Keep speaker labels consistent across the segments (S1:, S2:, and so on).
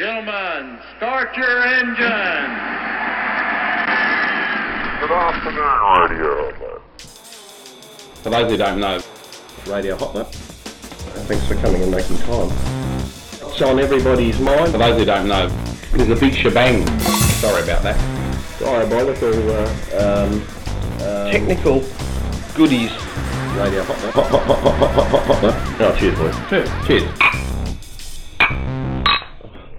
S1: Gentlemen, start your engines.
S2: Good afternoon, Radio Hotler.
S3: For those who don't know,
S4: Radio Hotler. Thanks for coming and making time. It's on everybody's mind.
S3: for those who don't know, there's a big shebang. Sorry about that.
S4: Diabolical uh, um, technical goodies. Radio Hotler. Hot, hot, hot, hot, hot, hot, Hotler. Oh, cheers, boys.
S3: Cheers.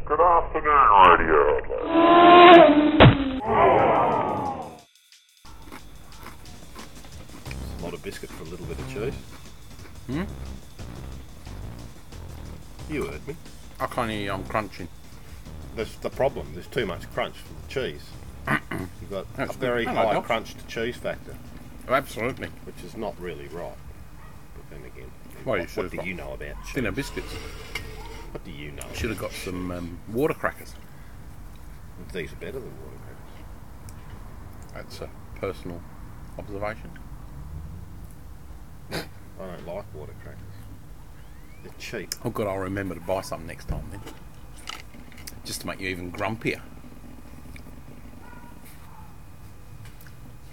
S2: Good afternoon, Radio Hotler.
S5: A lot of biscuit for a little bit of cheese. Hmm? You heard me.
S6: I can't hear you, I'm crunching.
S5: That's the problem. There's too much crunch for the cheese. You've got
S6: That's
S5: a
S6: good.
S5: very
S6: I like
S5: high
S6: that.
S5: crunch to cheese factor,
S6: Oh, absolutely.
S5: which is not really right. But then again,
S6: Well, you
S5: what,
S6: should've
S5: what do
S6: got-
S5: you know about cheese?
S6: Thinner biscuits.
S5: What do you know?
S6: Should have got some um, water crackers.
S5: These are better than water crackers.
S6: That's a personal observation.
S5: I don't like water crackers. They're cheap.
S6: Oh, God, I'll remember to buy some next time then. Just to make you even grumpier.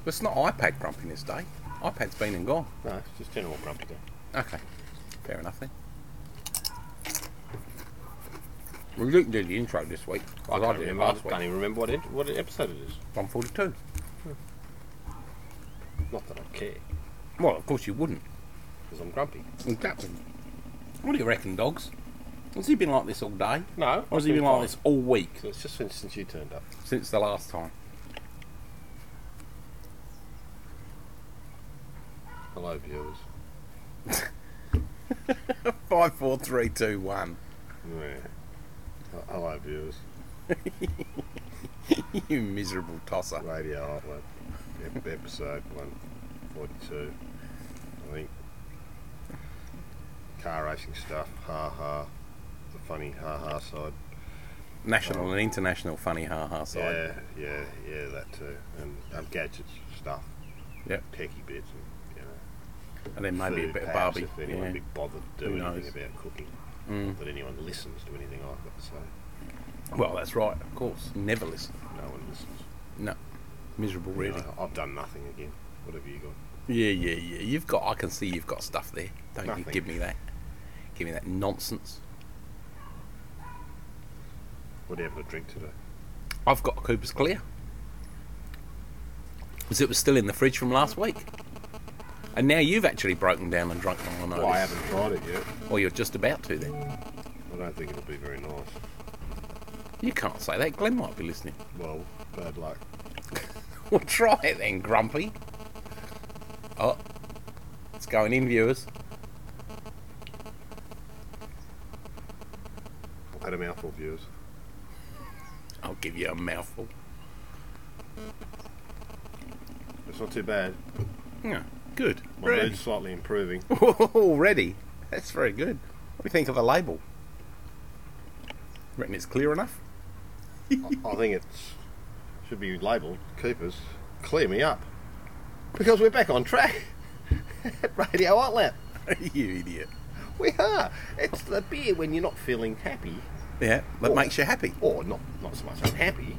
S6: But it's not iPad grumpiness day. iPad's been and gone.
S5: No, it's just general grumpy. day.
S6: Okay, fair enough then. We didn't do the intro this week.
S5: I
S6: As I,
S5: can't
S6: did it
S5: remember. I
S6: last week.
S5: can't even remember what, ent- what episode it is.
S6: 142.
S5: Not that I care,
S6: Well, of course you wouldn't.
S5: because I'm grumpy.
S6: Exactly. What do you reckon, dogs? Has he been like this all day?
S5: No.
S6: Or has
S5: I've
S6: he been
S5: fine.
S6: like this all week
S5: So It's just since, since you turned up.
S6: since the last time?
S5: Hello, viewers.
S6: Five, four, three, two, one.
S5: Yeah. Hello, viewers.
S6: you miserable tosser.
S5: Radio Outlet, ep- episode 142. I think car racing stuff, ha ha. The funny ha ha side.
S6: National and international funny ha ha side.
S5: Yeah, yeah, yeah, that too. And um, gadgets stuff.
S6: Yep.
S5: Techie bits. And, you know,
S6: And then maybe a
S5: food,
S6: bit of
S5: perhaps,
S6: Barbie.
S5: If anyone
S6: Yeah.
S5: be bothered to do
S6: Who
S5: anything
S6: knows?
S5: about cooking,
S6: Mm.
S5: that anyone listens to anything I've got to say.
S6: Well, that's right, of course. Never listen.
S5: No one listens.
S6: No. Miserable, really.
S5: No, I've done nothing again. What have you got?
S6: Yeah, yeah, yeah. You've got, I can see you've got stuff there. Don't you
S5: Nothing.
S6: give me that. Give me that nonsense.
S5: What are you having to drink today?
S6: I've got a Cooper's Clear. Because it was still in the fridge from last week. And now you've actually broken down and drunk one, I
S5: Well, I
S6: notice.
S5: haven't tried it yet.
S6: Or you're just about to then.
S5: I don't think it'll be very nice.
S6: You can't say that. Glenn might be listening.
S5: Well, bad luck.
S6: Well, try it then, Grumpy. Oh, it's going in, viewers.
S5: I've had a mouthful, viewers.
S6: I'll give you a mouthful.
S5: It's not too bad.
S6: Yeah, good.
S5: My mood's slightly improving.
S6: Already? That's very good. What do you think of the label? Reckon it's clear enough?
S5: I, I think it should be labelled Keepers Clear Me Up. Because we're back on track at Radio Outlet.
S6: you idiot.
S5: We are. It's the beer when you're not feeling happy,
S6: Yeah, that
S5: Oh.
S6: makes you happy.
S5: or not, not so much unhappy,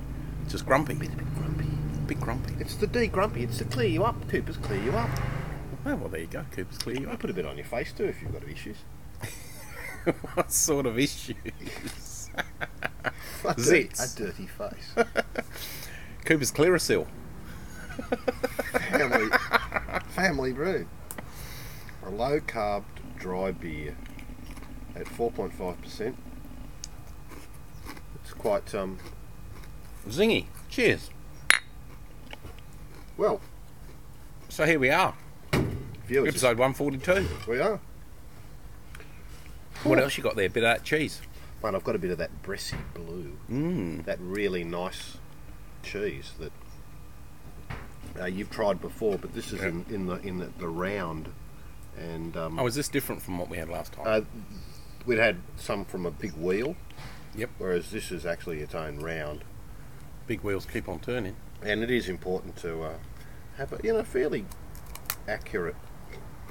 S6: Just grumpy.
S5: but a bit grumpy.
S6: bit grumpy.
S5: It's the D grumpy, it's to clear you up. Coopers clear you up.
S6: Oh, well, there you go. Cooper's clear you
S5: You might
S6: up.
S5: put a bit on your face too if you've got issues.
S6: what sort of issues?
S5: A dirty, a
S6: Zits.
S5: dirty face.
S6: Cooper's Clearasil.
S5: family family brew. A low carb dry beer at 4.5%. It's quite um
S6: Zingy. Cheers.
S5: well,
S6: So here we are.
S5: viewers
S6: Episode 142.
S5: we are.
S6: What else you got there? Bit of that cheese.
S5: But I've got a bit of that bressy blue.
S6: Mmm.
S5: That really nice cheese that uh, you've tried before, but this is in, in the in the, the round and um,
S6: Oh, is this different from what we had last time?
S5: Uh, we'd had some from a big wheel.
S6: Yep.
S5: Whereas this is actually its own round,
S6: Big wheels keep on turning.
S5: and it is important to uh, have a you know fairly accurate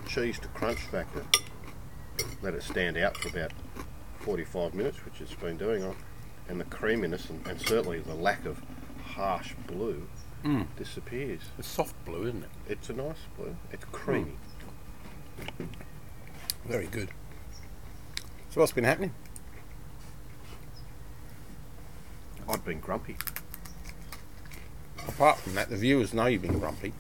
S5: cheese to crunch factor. Let it stand out for about 45 minutes, which it's been doing. I and the creaminess and, and certainly the lack of harsh blue disappears.
S6: It's soft blue, isn't it?
S5: It's a nice blue. It's creamy.
S6: Very good. So what's been happening?
S5: I've been grumpy.
S6: Apart from that, the viewers know you've been grumpy.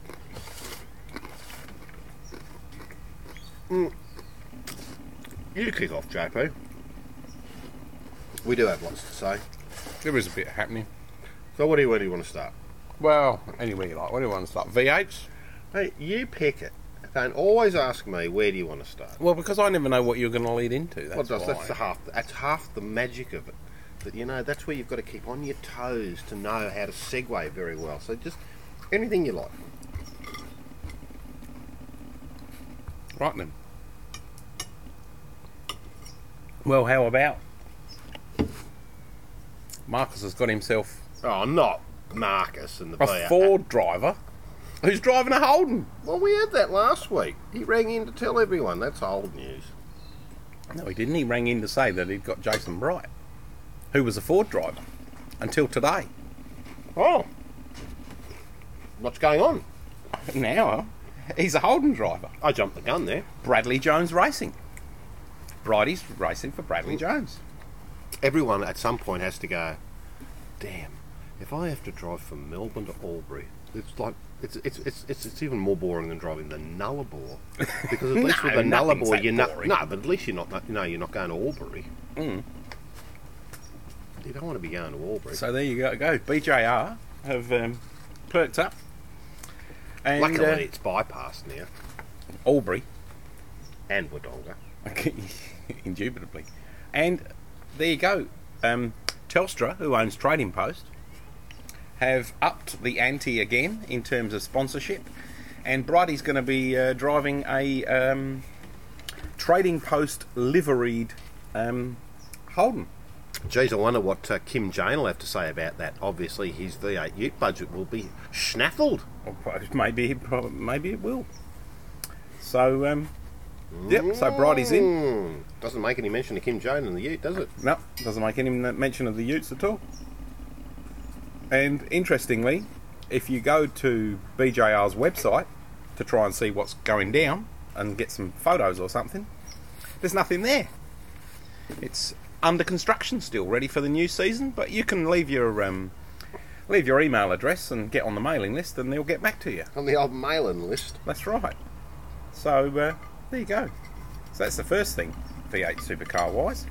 S5: You kick off, JP. We do have lots to say.
S6: There is a bit happening.
S5: So what do you, where do you want to start?
S6: Well, anyway, you like. What do you want to start? V8s?
S5: Hey, you pick it. Don't always ask me where do you want to start.
S6: Well, because I never know what you're going to lead into. That's
S5: well, that's,
S6: why.
S5: that's the half. That's half the magic of it. That you know, that's where you've got to keep on your toes to know how to segue very well. So just anything you like.
S6: Right then. Well, how about Marcus has got himself
S5: Oh, not Marcus and the
S6: a
S5: VR.
S6: Ford driver who's driving a Holden.
S5: Well, we had that last week. He rang in to tell everyone. That's old news.
S6: No, he didn't. He rang in to say that he'd got Jason Bright, who was a Ford driver until today.
S5: Oh, what's going on?
S6: Now he's a Holden driver.
S5: I jumped the gun there.
S6: Bradley Jones Racing. Bridie's racing for Bradley Jones.
S5: Everyone at some point has to go. Damn, if I have to drive from Melbourne to Albury, it's like. It's, it's, it's, it's, it's even more boring than driving the Nullarbor because at least with
S6: No,
S5: the
S6: nothing's
S5: Nullarbor
S6: that
S5: you're not
S6: boring. Mm.
S5: no, but at least you're not you know you're not going to Albury. You don't want to be going to Albury.
S6: So there you go. go. BJR have um, perked up. And,
S5: Luckily,
S6: uh,
S5: it's bypassed now
S6: Albury.
S5: and Wodonga.
S6: Okay, Indubitably. And there you go. Um, Telstra, who owns Trading Post, have upped the ante again in terms of sponsorship. And Bridie's going to be uh, driving a um, Trading Post liveried um, Holden.
S5: Geez, I wonder what uh, Kim Jane will have to say about that. Obviously, his V8 Ute budget will be schnaffled.
S6: Or pro- maybe, it prob- maybe it will. So, um, yep, so Bridie's in.
S5: Hmm. Doesn't make any mention of Kim Jane and the Ute, does it?
S6: No, doesn't make any mention of the Utes at all. And interestingly, if you go to BJR's website to try and see what's going down and get some photos or something, there's nothing there. It's under construction still, ready for the new season. But you can leave your um, leave your email address and get on the mailing list, and they'll get back to you.
S5: On the old mailing list.
S6: That's right. So uh, there you go. So that's the first thing, V8 supercar wise.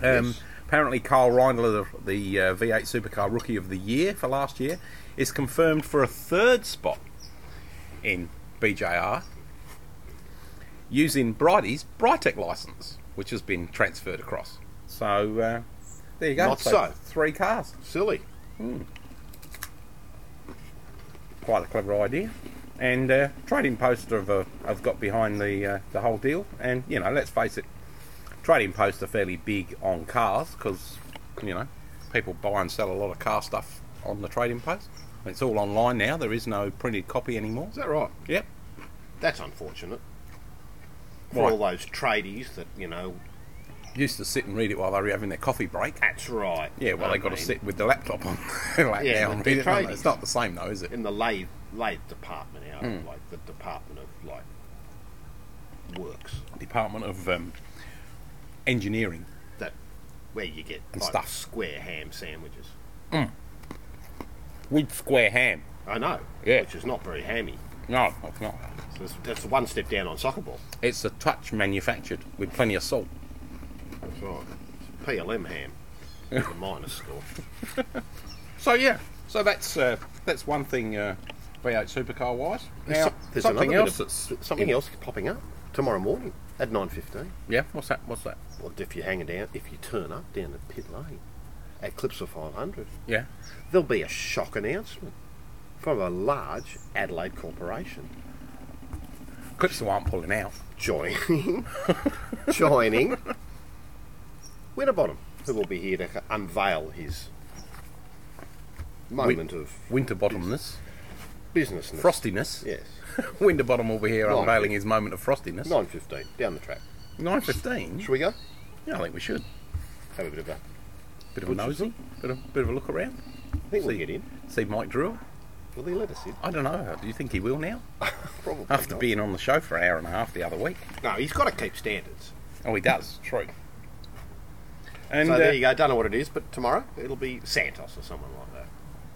S6: Um,
S5: Yes.
S6: Apparently, Carl Reindler, the, the uh, V8 supercar rookie of the year for last year, is confirmed for a third spot in BJR using Bridie's Britec license, which has been transferred across. So uh, there you go.
S5: Not so.
S6: Three cars.
S5: Silly.
S6: quite a clever idea. And uh, Trading Post have, uh, have got behind the uh, the whole deal. And you know, let's face it, Trading Post are fairly big on cars because you know people buy and sell a lot of car stuff on the Trading Post. It's all online now. There is no printed copy anymore.
S5: Is that right?
S6: Yep.
S5: That's unfortunate. For
S6: Why?
S5: all those tradies that, you know,
S6: Used to sit and read it while they were having their coffee break.
S5: that's right.
S6: Yeah, well,
S5: I
S6: they got to
S5: mean,
S6: sit with the laptop on their lap
S5: Yeah,
S6: now and
S5: they're
S6: read it. don't they?
S5: tradies.
S6: It's not the same though, is it?
S5: In the lathe, lathe department out,
S6: Hmm.
S5: like the department of, like, works.
S6: Department of um, Engineering.
S5: That, where you get,
S6: And
S5: like,
S6: stuff.
S5: square ham sandwiches.
S6: With square ham.
S5: I know.
S6: Yeah.
S5: Which is not very hammy.
S6: No, it's not.
S5: So that's, that's one step down on soccer ball.
S6: It's a touch manufactured with plenty of salt.
S5: That's right. It's PLM ham. It's a minor score.
S6: So yeah, so that's uh, that's one thing uh, V8 supercar wise. Now
S5: There's
S6: something
S5: another
S6: else
S5: bit of-
S6: that's
S5: something else popping up tomorrow morning at nine fifteen.
S6: Yeah, what's that? What's that?
S5: Well, if you're hanging down, if you turn up down at pit lane at Clipsa five hundred,
S6: Yeah,
S5: there'll be a shock announcement from a large Adelaide corporation
S6: clips aren't pulling out.
S5: joining joining Winterbottom, who will be here to unveil his moment of
S6: Winter bottomness,
S5: business.
S6: frostiness.
S5: Yes.
S6: Winter bottom over here
S5: Nine
S6: unveiling
S5: fif-
S6: his moment of frostiness.
S5: Nine fifteen down the track.
S6: Nine fifteen.
S5: Shall we go?
S6: Yeah, I think we should.
S5: Have a bit of a
S6: Bit of a nosy, bit of, bit of a look around.
S5: I think we'll
S6: See-
S5: get in.
S6: See Mike Drill.
S5: Will they let us in?
S6: I don't know. Do you think he will now?
S5: Probably.
S6: After
S5: not.
S6: being on the show for an hour and a half the other week.
S5: No, he's got to keep standards.
S6: Oh, he does. True. And
S5: so there
S6: uh,
S5: you go. Don't know what it is, but tomorrow it'll be Santos or someone like that.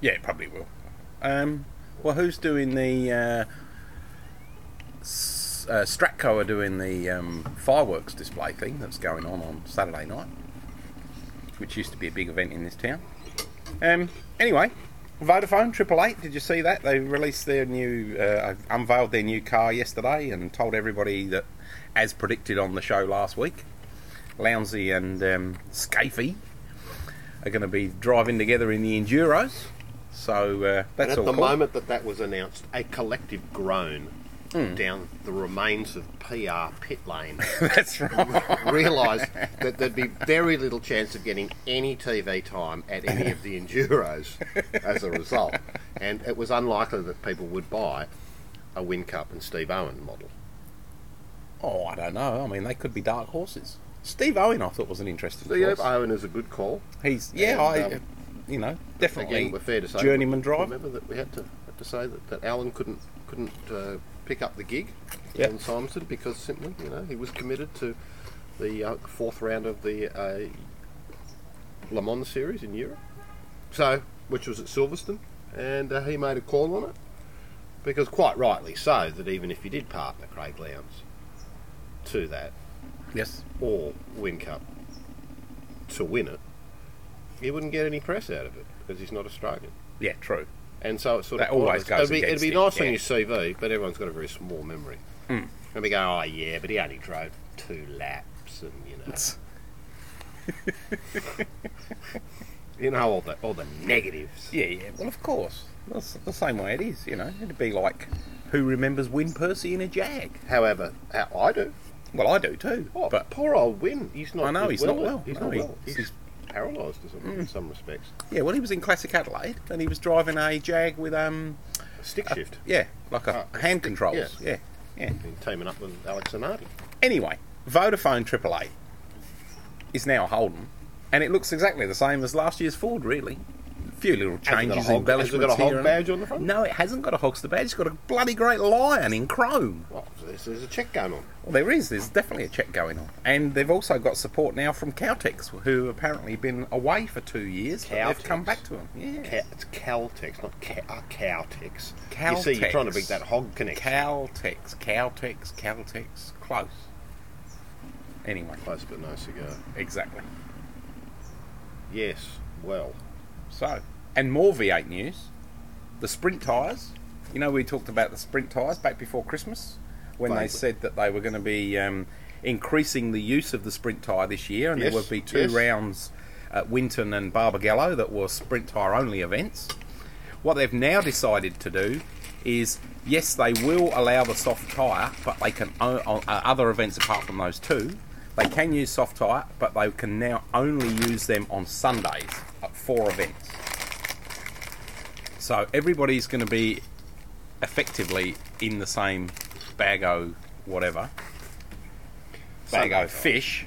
S6: Yeah, probably will. Um, well, who's doing the uh, S- uh, Stratco are doing the um, fireworks display thing that's going on on Saturday night, which used to be a big event in this town. Um, anyway, Vodafone Triple Eight. Did you see that they released their new, uh, unveiled their new car yesterday and told everybody that, as predicted on the show last week, Lounsey and um, Scafie are going to be driving together in the Enduros. So uh, that's
S5: and at
S6: all
S5: the
S6: cool.
S5: moment that that was announced, a collective groan
S6: Hmm.
S5: down the remains of PR pit lane
S6: that's right.
S5: realised that there'd be very little chance of getting any TV time at any of the Enduros as a result. And it was unlikely that people would buy a Win Cup and Steve Owen model.
S6: Oh, I don't know. I mean, they could be dark horses. Steve Owen, I thought was an interesting.
S5: Steve
S6: choice.
S5: Owen is a good call.
S6: He's yeah,
S5: And,
S6: I,
S5: um,
S6: you know, definitely
S5: Again, we're fair to say.
S6: journeyman driver.
S5: Remember that we had to had to say that, that Alan couldn't couldn't uh, pick up the gig
S6: Yep.
S5: in Simonson because simply you know he was committed to the uh, fourth round of the uh, Le Mans series in Europe, so which was at Silverstone, and uh, he made a call on it because quite rightly so that even if you did partner Craig Lowndes to that
S6: Yes,
S5: or Win Cup to win it, he wouldn't get any press out of it because he's not Australian.
S6: yeah, true.
S5: And so it's sort
S6: That
S5: of
S6: always
S5: pointless.
S6: goes
S5: it'd be, it'd
S6: against
S5: be
S6: it,
S5: nice
S6: yeah. Hmm.
S5: on your CV, but everyone's got a very small memory. And we go, oh yeah, but he only drove two laps, and you know, you know all the all the negatives.
S6: Yeah, yeah. Well, of course, that's the same way it is. You know, it'd be like who remembers Win Percy in a Jag?
S5: However, how I do.
S6: Well, I do too.
S5: Oh,
S6: but
S5: poor old Win. He's not.
S6: I know, he's not well.
S5: He's
S6: No,
S5: not
S6: he- Hmm.
S5: well. He's,
S6: he's-
S5: paralysed or something in some respects.
S6: yeah, well, he was in Classic Adelaide and he was driving a Jag with um,
S5: Stick shift.
S6: yeah, like a
S5: Uh,
S6: hand controls. Yeah, yeah.
S5: Been teaming up with Alex Zanardi.
S6: Anyway, Vodafone Triple Eight is now Holden, and it looks exactly the same as last year's Ford, really. A few little
S5: got a
S6: changes,
S5: hog-
S6: embellishments.
S5: has it got a
S6: here
S5: hog
S6: and-
S5: badge on the front?
S6: No, it hasn't got a Hogster badge. It's got a bloody great lion in chrome.
S5: Well, there's, there's a check going on.
S6: Well, there is. There's definitely a check going on, and they've also got support now from Caltex, who apparently been away for two years. But they've come
S5: Caltex.
S6: back to them. Yeah,
S5: Ca- it's Caltex, not Ca- uh, Caltex. You
S6: Caltex.
S5: see, you're trying to make that hog connection.
S6: Caltex, Caltex, Caltex, close. Anyway,
S5: Close but no cigar.
S6: exactly.
S5: Yes, well.
S6: So, and more V8 news. The sprint tyres. You know, we talked about the sprint tyres back before Christmas when
S5: Vaguely.
S6: they said that they were going to be um, increasing the use of the sprint tyre this year, and there
S5: Yes,
S6: would be two
S5: yes.
S6: rounds at Winton and Barbagallo that were sprint tyre only events. What they've now decided to do is yes, they will allow the soft tyre, but they can o- on uh, other events apart from those two, they can use soft tyre, but they can now only use them on Sundays at four events. So everybody's going to be effectively in the same bago, whatever bago fish,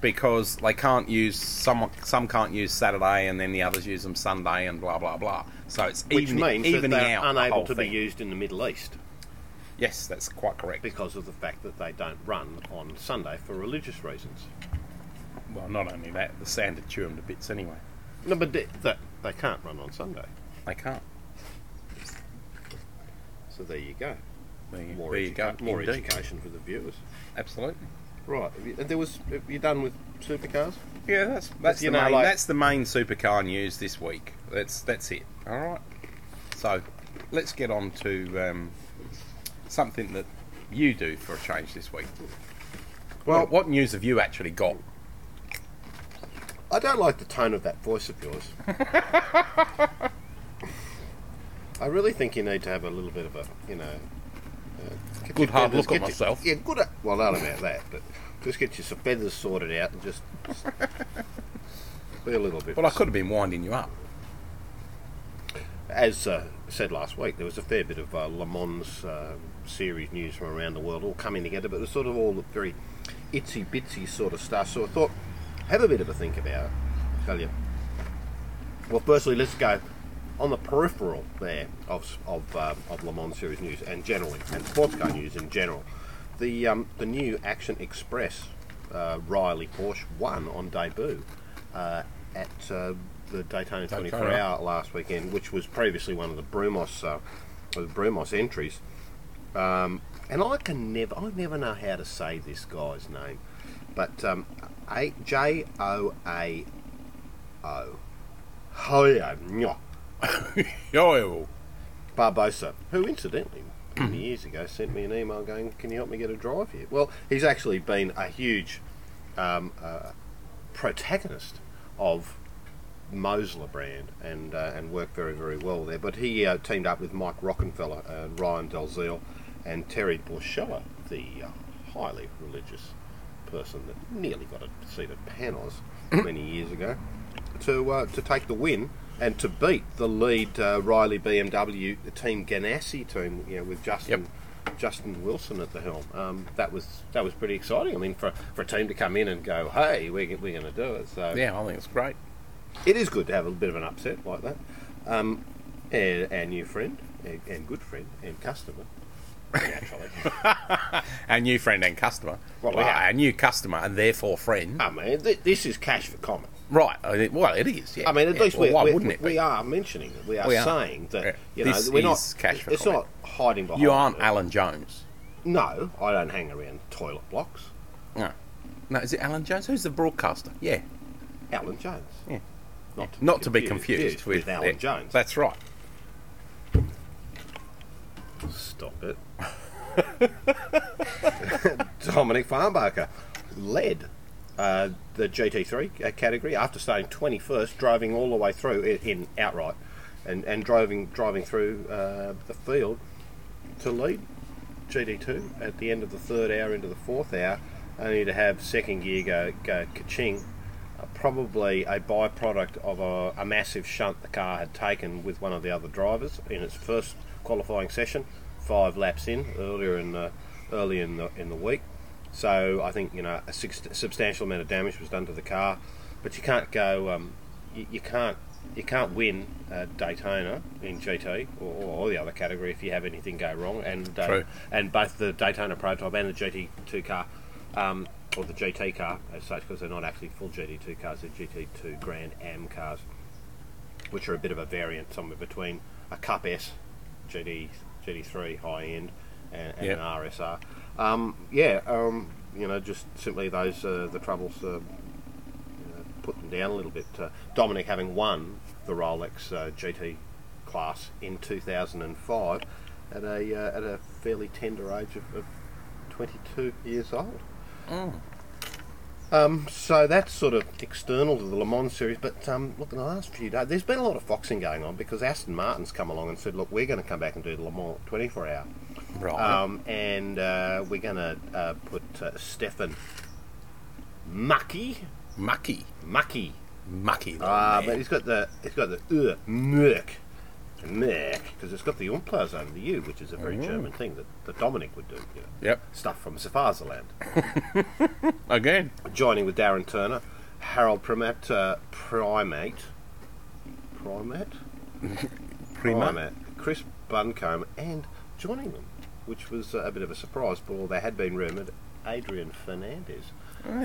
S6: because they can't use some. Some can't use Saturday, and then the others use them Sunday, and blah blah blah. So it's
S5: Which
S6: even,
S5: means that
S6: evening
S5: they're
S6: out. the
S5: unable
S6: whole
S5: to
S6: thing.
S5: be used in the Middle East
S6: Yes, that's quite correct.
S5: because of the fact that they don't run on Sunday for religious reasons.
S6: Well, not only that, the sand had chewed them to bits anyway.
S5: No, but they, that, they can't run on Sunday.
S6: They can't.
S5: So there you go.
S6: There you,
S5: More,
S6: there you go.
S5: educa- more
S6: Indeed.
S5: education for the viewers.
S6: Absolutely.
S5: Right. have you- And there was. Have you done with supercars?
S6: Yeah, that's that's
S5: you
S6: the
S5: know,
S6: main,
S5: like-
S6: that's the main supercar news this week. That's that's it. All right. So let's get on to um, something that you do for a change this week. Well, what, what news have you actually got?
S5: I don't like the tone of that voice of yours. I really think you need to have a little bit of a, you know, uh, get
S6: Good hard look
S5: feathers-
S6: at
S5: get your-
S6: myself.
S5: yeah, good. At, well, not about that, but just get your feathers sorted out and just be a little bit.
S6: Well, I could have been winding you up.
S5: As uh, said last week, there was a fair bit of uh, Le Mans uh, series news from around the world all coming together, but it was sort of all very itsy bitsy sort of stuff. So I thought, have a bit of a think about it. Tell you, Well, firstly, let's go on the peripheral there of of, um, of Le Mans Series news and generally, and sports car news in general. The um, the new Action Express uh, Riley Porsche won on debut uh, at uh, the Daytona 24
S6: Daytona.
S5: Hour last weekend, which was previously one of the Brumos uh, the Brumos entries. Um, and I can never, I never know how to say this guy's name, but um, a J O A O. Hoya Nya
S6: Yo.
S5: Barbosa, who incidentally many years ago sent me an email going, "Can you help me get a drive here?" Well, he's actually been a huge um, uh, protagonist of Mosler brand and uh, and worked very very well there. But he uh, teamed up with Mike Rockenfeller and Ryan Dalziel and Terry Borshella, the uh, highly religious person that nearly got a seat at Panos many years ago, to uh, to take the win and to beat the lead uh, Riley BMW the team Ganassi team, you know, with Justin. Justin Wilson at the helm. Um, that was that was pretty exciting. I mean, for, for a team to come in and go, hey, we're, g- we're going to do it. So
S6: Yeah, I think it's great.
S5: it is good to have a bit of an upset like that. Um, and our new friend, and, and good friend, and customer, naturally.
S6: Our new friend and customer.
S5: Well,
S6: Well,
S5: yeah.
S6: our new customer and therefore friend.
S5: I mean, th- this is cash for common.
S6: Right. I mean, Well, it is. Yeah.
S5: I mean, at
S6: Yeah,
S5: least
S6: well,
S5: we're,
S6: why
S5: we're-
S6: wouldn't it?
S5: we
S6: be?
S5: are mentioning it. We are
S6: We are.
S5: saying that,
S6: Yeah.
S5: you know,
S6: This
S5: we're
S6: is
S5: not.
S6: cash for
S5: it's
S6: comment.
S5: not hiding behind.
S6: You aren't
S5: it.
S6: Alan Jones.
S5: No, I don't hang around toilet blocks.
S6: No. No, is it Alan Jones? Who's the broadcaster? Yeah.
S5: Alan Jones.
S6: Yeah.
S5: Not to,
S6: Not to be confused with,
S5: with, Alan
S6: yeah,
S5: Jones.
S6: That's right.
S5: Oh, Stop it. Dominic Farnbacher led uh, the GT3 uh, category after starting 21st, driving all the way through in, in outright, and, and driving driving through uh, the field to lead GD2 at the end of the third hour into the fourth hour, only to have second gear go, go ka-ching. Uh, probably a byproduct of a, a massive shunt the car had taken with one of the other drivers in its first qualifying session, five laps in earlier in the, early in the in the week. So I think you know a six, substantial amount of damage was done to the car, but you can't go. Um, you, you can't you can't win uh, Daytona in GT or, or the other category if you have anything go wrong. And uh,
S6: True.
S5: and both the Daytona prototype and the GT2 car, um, or the GT car as such, because they're not actually full GT2 cars. They're GT2 Grand Am cars, which are a bit of a variant somewhere between a Cup S, GT GT3 high end, and, and
S6: Yeah.
S5: an RSR. Um, yeah, um, you know, just simply those uh, the troubles. Uh, put them down a little bit. Uh, Dominic having won the Rolex uh, GT class in 2005 at a uh, at a fairly tender age of, of 22 years old. Um, so that's sort of external to the Le Mans series. But um, look, in the last few days, there's been a lot of foxing going on because Aston Martin's come along and said, look, we're going to come back and do the Le Mans 24 hour.
S6: Right.
S5: Um, and uh, we're going to uh, put uh, Stefan Mucky,
S6: mucky.
S5: Mucky
S6: Mucky. little
S5: Ah,
S6: man.
S5: but it's got the it's got the uh, merk merk because it's got the umplaus over the u, which is a very German thing that, that Dominic would do. You know,
S6: Yep.
S5: Stuff from Safazaland.
S6: Again.
S5: Joining with Darren Turner, Harold Primat, uh, Primate, Primate, Primate, Chris Buncombe, and joining them, which was uh, a bit of a surprise, but although they had been rumoured, Adrian Fernandez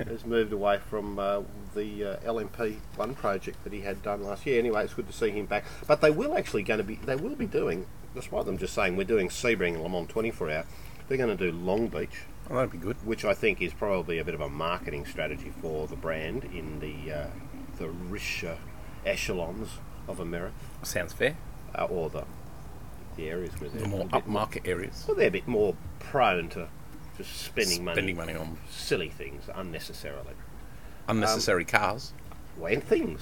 S5: has moved away from uh, the uh, LMP one project that he had done last year. Anyway, it's good to see him back. But they will actually going to be they will be doing, despite them just saying we're doing Sebring and Le Mans 24 hour, they're going to do Long Beach
S6: Oh, that'd be good.
S5: which I think is probably a bit of a marketing strategy for the brand in the uh, the richer echelons of America
S6: Sounds fair.
S5: uh, or the the areas where they're
S6: The more
S5: a bit,
S6: upmarket areas.
S5: well, they're a bit more prone to just spending, money,
S6: Spending money on
S5: silly things unnecessarily.
S6: unnecessary
S5: Um,
S6: cars.
S5: Wayne things.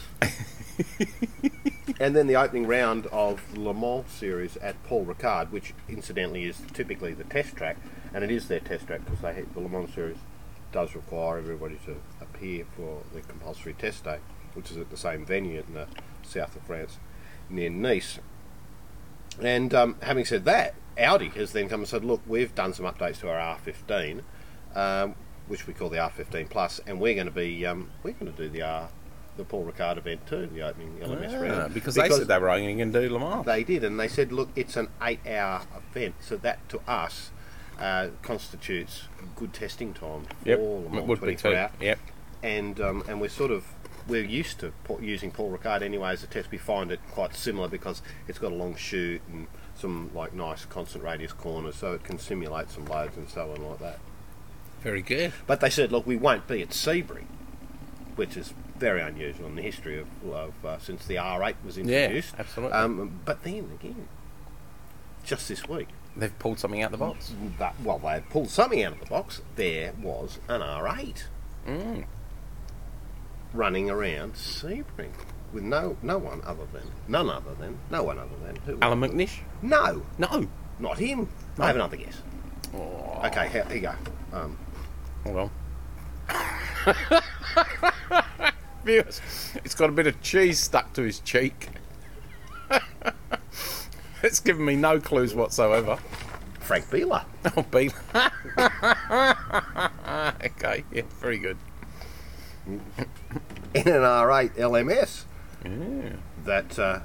S5: and then the opening round of the Le Mans series at Paul Ricard, which incidentally is typically the test track, and it is their test track because they the Le Mans series does require everybody to appear for the compulsory test day, which is at the same venue in the south of France, near Nice. And um, having said that, Audi has then come and said, look, we've done some updates to our R15, um, which we call the R15 Plus, and we're going to be um, we're going to do the R the Paul Ricard event too, the opening LMS
S6: Ah,
S5: round.
S6: because, they said they were only going to do Le Mans.
S5: They did, and they said, "Look, it's an eight-hour event, so that to us uh, constitutes good testing time for
S6: Yep,
S5: Le Mans
S6: it would be
S5: 24
S6: too.
S5: hour."
S6: Yep.
S5: And um, and we're sort of we're used to Paul, using Paul Ricard anyway as a test. We find it quite similar because it's got a long chute and some like nice constant radius corners, so it can simulate some loads and so on like that.
S6: Very good.
S5: But they said, look, we won't be at Sebring, which is very unusual in the history of, of uh, since the R8 was introduced.
S6: absolutely.
S5: Um, but then again, just this week,
S6: They've pulled something out the box.
S5: that, well, they pulled something out of the box. There was an R8 running around Sebring with no no one other than none other than no one other than who?
S6: Alan McNish?
S5: no,
S6: No.
S5: not him. I have another guess. Okay, here, here you go. Um,
S6: Hold on. Viewers, it's got a bit of cheese stuck to his cheek. it's given me no clues whatsoever.
S5: Frank Beeler.
S6: Oh, beef. okay, yeah, very good.
S5: in an R8 LMS. That uh,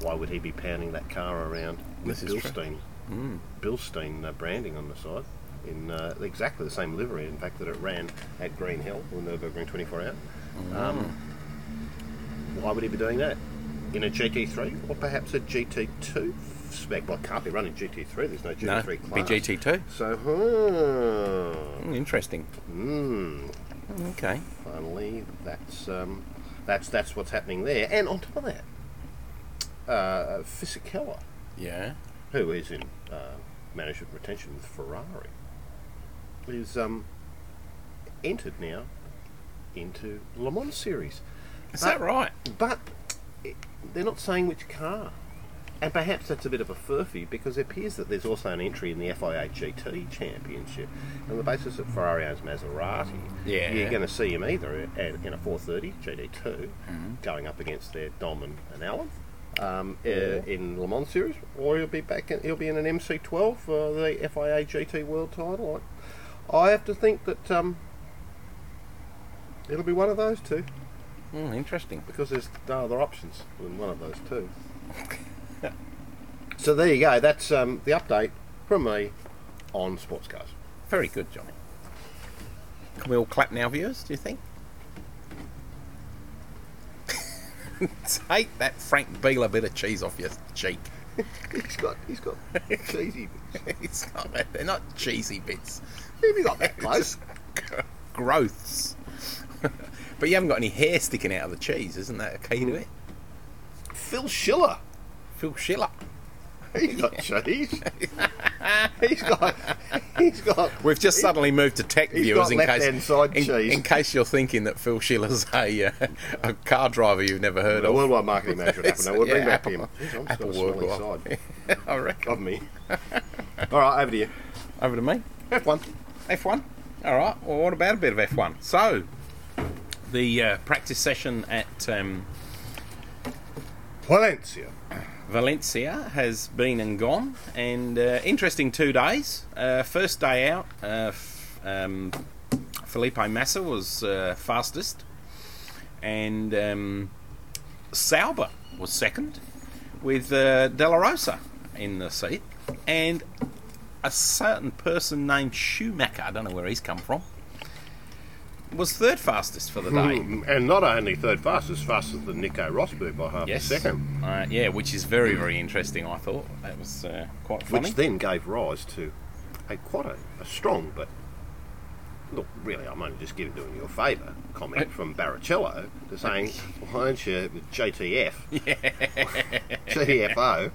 S5: why would he be pounding that car around with
S6: This is true. Hmm.
S5: Bilstein, Bilstein uh, branding on the side in uh, exactly the same livery, in fact, that it ran at Green Hill or Nurburgring 24 Hour.
S6: Hmm.
S5: Um, why would he be doing that in a GT3 or perhaps a GT2 spec? Well, it can't be running GT3. There's no
S6: No,
S5: GT3
S6: be
S5: class.
S6: GT2.
S5: So, hmm,
S6: Mm, interesting.
S5: hmm,
S6: Okay.
S5: finally. That's um, that's that's what's happening there. And on top of that, uh, Fisichella,
S6: Yeah.
S5: who is in uh, management retention with Ferrari, is um, entered now into Le Mans series.
S6: Is
S5: But-
S6: that right?
S5: But it, they're not saying which car. And perhaps that's a bit of a furphy because it appears that there's also an entry in the FIA GT Championship. On the basis that Ferrari owns Maserati,
S6: Yeah.
S5: you're going to see him either at, in a 430 GT2 going up against their Dom and, and Allen um, uh, in Le Mans Series, or he'll be back. In, he'll be in an MC12, uh, the FIA GT World Title. I, I have to think that um, it'll be one of those two
S6: Mm, interesting.
S5: because there's no other options than one of those two. so there you go. That's um, the update from me on sports cars.
S6: Very good, Johnny. Can we all clap now, viewers, do you think? Take that Frank Beeler bit of cheese off your cheek.
S5: He's got, he's got cheesy.
S6: It's not, they're not cheesy bits.
S5: Maybe not that close.
S6: Just g- growths. but you haven't got any hair sticking out of the cheese, isn't that okay
S5: Hmm.
S6: to it?
S5: Phil Schiller.
S6: Phil Schiller.
S5: He's got cheese. he's got. He's got.
S6: We've just suddenly moved to tech
S5: he's
S6: viewers
S5: got
S6: in
S5: left-hand
S6: case
S5: side
S6: in,
S5: cheese.
S6: in case you're thinking that Phil Schiller's a uh, a car driver you've never heard
S5: The
S6: of.
S5: worldwide marketing manager at Apple. Now, we'll
S6: Yeah,
S5: bring back
S6: Apple-
S5: to him. Jeez, I'm just
S6: Apple
S5: got a swell
S6: worldwide.
S5: inside
S6: I reckon.
S5: of me. All right, over to you.
S6: Over to me.
S5: One.
S6: F1. All right. Well, what about a bit of F1? So, the uh, practice session at um,
S5: Valencia.
S6: Valencia has been and gone, and uh, interesting two days. Uh, first day out, uh, f- um, Felipe Massa was uh, fastest, and um, Sauber was second, with uh, De La Rosa in the seat, and a certain person named Schumacher, I don't know where he's come from, was third fastest for the day.
S5: And not only third fastest, faster than Nico Rosberg by half
S6: Yes.
S5: a second.
S6: Uh, yeah, which is very, very interesting, I thought. That was uh, quite funny.
S5: which then gave rise to a quite a, a strong but look really I'm only just giving doing you a favour comment from Barrichello to saying why don't you JTF GTFO